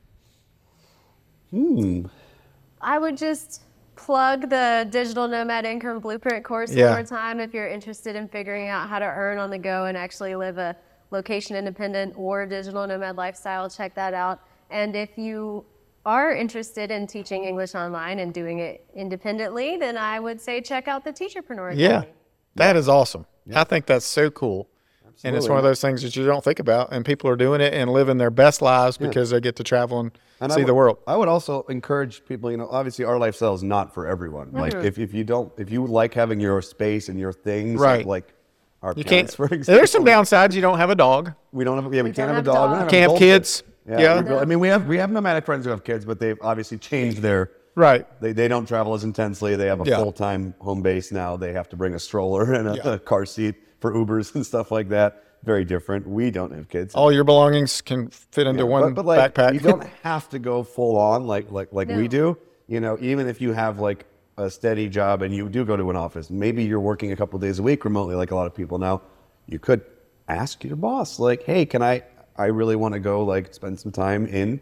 Speaker 2: I would just plug the digital nomad income blueprint course
Speaker 1: Yeah.
Speaker 2: one more time if you're interested in figuring out how to earn on the go and actually live a location independent or digital nomad lifestyle. Check that out. And if you are interested in teaching English online and doing it independently, then I would say check out the Teacherpreneur Academy.
Speaker 1: Yeah, that is awesome. I think that's so cool. And it's one of
Speaker 3: Absolutely.
Speaker 1: those things that you don't think about, and people are doing it and living their best lives because they get to travel and,
Speaker 3: And I
Speaker 1: see the
Speaker 3: would-
Speaker 1: world.
Speaker 3: I would also encourage people, you know, obviously our lifestyle is not for everyone. Like
Speaker 1: Mm-hmm.
Speaker 3: if, if you don't, if you like having your space and your things,
Speaker 1: Right.
Speaker 3: like, like our
Speaker 1: You can't.
Speaker 3: parents, for example.
Speaker 1: There's some downsides. You don't have a dog.
Speaker 3: We don't have, yeah, we,
Speaker 2: We
Speaker 3: can't
Speaker 2: don't
Speaker 3: have a
Speaker 2: have
Speaker 3: dog.
Speaker 2: dogs.
Speaker 3: we don't
Speaker 1: Can't have
Speaker 3: adults.
Speaker 1: kids. Yeah.
Speaker 3: we really- I mean, we have, we have nomadic friends who have kids, but they've obviously changed their,
Speaker 1: Right.
Speaker 3: they, they don't travel as intensely. They have a
Speaker 1: Yeah.
Speaker 3: full-time home base now. They have to bring a stroller and a, a car seat for Ubers and stuff like that. Very different. We don't have kids.
Speaker 1: All your belongings can fit into
Speaker 3: Yeah,
Speaker 1: one
Speaker 3: but, but, like,
Speaker 1: backpack.
Speaker 3: You don't have to go full on like like like we
Speaker 2: No.
Speaker 3: do. You know, even if you have like a steady job and you do go to an office, maybe you're working a couple days a week remotely, like a lot of people now. You could ask your boss, like, "Hey, can I? I really want to go like spend some time in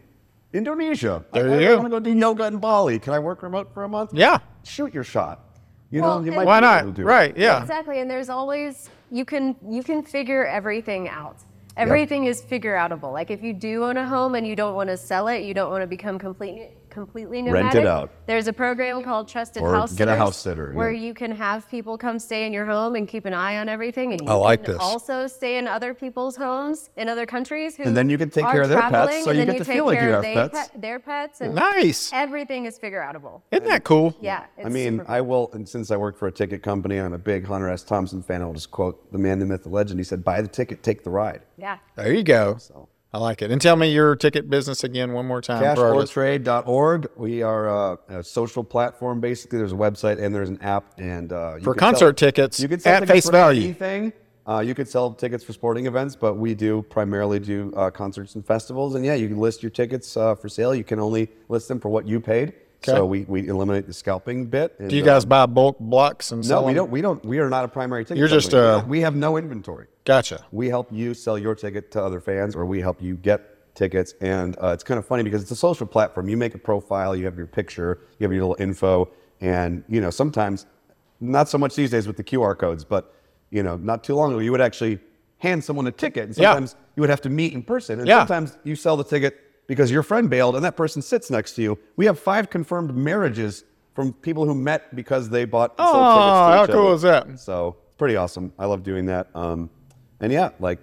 Speaker 3: Indonesia. I-
Speaker 1: There
Speaker 3: I,
Speaker 1: you go.
Speaker 3: I want to go do yoga in Bali. Can I work remote for a month?
Speaker 1: yeah.
Speaker 3: shoot your shot. You
Speaker 2: Well,
Speaker 3: know, you
Speaker 2: and-
Speaker 3: might
Speaker 1: Why
Speaker 3: be able
Speaker 1: not?
Speaker 3: to do it.
Speaker 1: Right. Yeah.
Speaker 2: Exactly, and there's always you can you can figure everything out. Everything is figure outable. Like if you do own a home and you don't want to sell it, you don't want to become completely completely
Speaker 3: Rent
Speaker 2: nomadic.
Speaker 3: it out.
Speaker 2: There's a program called Trusted
Speaker 3: Or
Speaker 2: House
Speaker 3: get a
Speaker 2: Sitters
Speaker 3: house sitter,
Speaker 2: where
Speaker 3: yeah.
Speaker 2: you can have people come stay in your home and keep an eye on everything. And you
Speaker 1: I like
Speaker 2: can
Speaker 1: this.
Speaker 2: Also stay in other people's homes in other countries. Who
Speaker 3: And then you can take
Speaker 2: are
Speaker 3: care of their pets,
Speaker 2: traveling,
Speaker 3: so
Speaker 2: and
Speaker 3: you
Speaker 2: then
Speaker 3: get to
Speaker 2: take
Speaker 3: feel like
Speaker 2: care
Speaker 3: you
Speaker 2: of
Speaker 3: have
Speaker 2: they
Speaker 3: pets.
Speaker 2: pet- their pets. And
Speaker 1: Nice.
Speaker 2: Everything is figure outable.
Speaker 1: Isn't that cool?
Speaker 2: Yeah. It's
Speaker 3: I mean,
Speaker 2: super cool.
Speaker 3: I will, and since I work for a ticket company and I'm a big Hunter S. Thompson fan, I'll just quote the man, the myth, the legend. He said, "Buy the ticket, take the ride."
Speaker 2: yeah.
Speaker 1: There you go.
Speaker 3: So.
Speaker 1: I like it. And tell me your ticket business again one more time. for our list-
Speaker 3: CashOrTrade.org. We are uh, a social platform. Basically, there's a website and there's an app, and uh, you
Speaker 1: For
Speaker 3: could sell-
Speaker 1: concert tickets
Speaker 3: you could sell
Speaker 1: at
Speaker 3: tickets
Speaker 1: face
Speaker 3: for
Speaker 1: value.
Speaker 3: Anything. Uh, you could sell tickets for sporting events, but we do primarily do uh, concerts and festivals. And yeah, you can list your tickets uh, for sale. You can only list them for what you paid.
Speaker 1: Okay.
Speaker 3: So we, we eliminate the scalping bit. and,
Speaker 1: Do you
Speaker 3: uh,
Speaker 1: guys buy bulk blocks and
Speaker 3: No,
Speaker 1: sell
Speaker 3: we
Speaker 1: them?
Speaker 3: don't. We don't. We are not a primary ticket.
Speaker 1: You're just,
Speaker 3: company.
Speaker 1: uh,
Speaker 3: we have no inventory.
Speaker 1: Gotcha.
Speaker 3: We help you sell your ticket to other fans, or we help you get tickets. And uh, it's kind of funny because it's a social platform. You make a profile, you have your picture, you have your little info, and you know sometimes, not so much these days with the QR codes, but you know not too long ago you would actually hand someone a ticket, and
Speaker 1: Yeah.
Speaker 3: sometimes you would have to meet in person, and
Speaker 1: Yeah.
Speaker 3: sometimes you sell the ticket because your friend bailed and that person sits next to you. We have five confirmed marriages from people who met because they bought and sold tickets to
Speaker 1: Oh, how
Speaker 3: each
Speaker 1: cool
Speaker 3: other.
Speaker 1: is that?
Speaker 3: So it's pretty awesome. I love doing that. Um, and yeah, like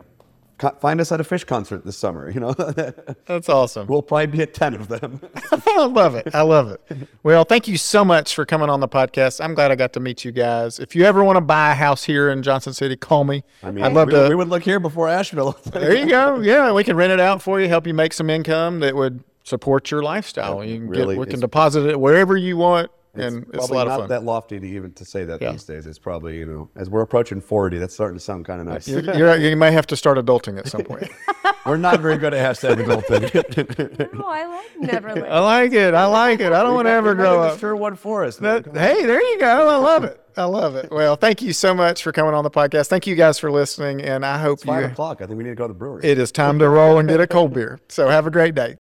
Speaker 3: co- find us at a fish concert this summer. You know,
Speaker 1: That's awesome.
Speaker 3: we'll probably be at ten of them.
Speaker 1: I love it. I love it. Well, thank you so much for coming on the podcast. I'm glad I got to meet you guys. If you ever want to buy a house here in Johnson City, call me. I would love
Speaker 3: we,
Speaker 1: to.
Speaker 3: We would look here before Asheville.
Speaker 1: there you go. Yeah, we can rent it out for you, help you make some income that would support your lifestyle. You can
Speaker 3: really,
Speaker 1: get, we can
Speaker 3: it's-
Speaker 1: deposit it wherever you want, and it's a
Speaker 3: probably
Speaker 1: lot
Speaker 3: not
Speaker 1: of fun.
Speaker 3: that lofty to even to say that
Speaker 1: Yeah.
Speaker 3: these days. It's probably you know as we're approaching forty, that's starting to sound kind of nice.
Speaker 1: You- you're, you may have to start adulting at some point.
Speaker 3: we're not very good at hashtag adulting.
Speaker 2: No, I like Neverland.
Speaker 1: I like it. I like it. I don't want to ever grow up.
Speaker 3: Sure, one for us. man.
Speaker 1: That- Uh, hey, there you go. I love it. I love it. Well, thank you so much for coming on the podcast. Thank you guys for listening, and I hope
Speaker 3: Five
Speaker 1: you.
Speaker 3: o'clock. I think we need to go to the brewery.
Speaker 1: It is time to roll and get a cold beer. So have a great day.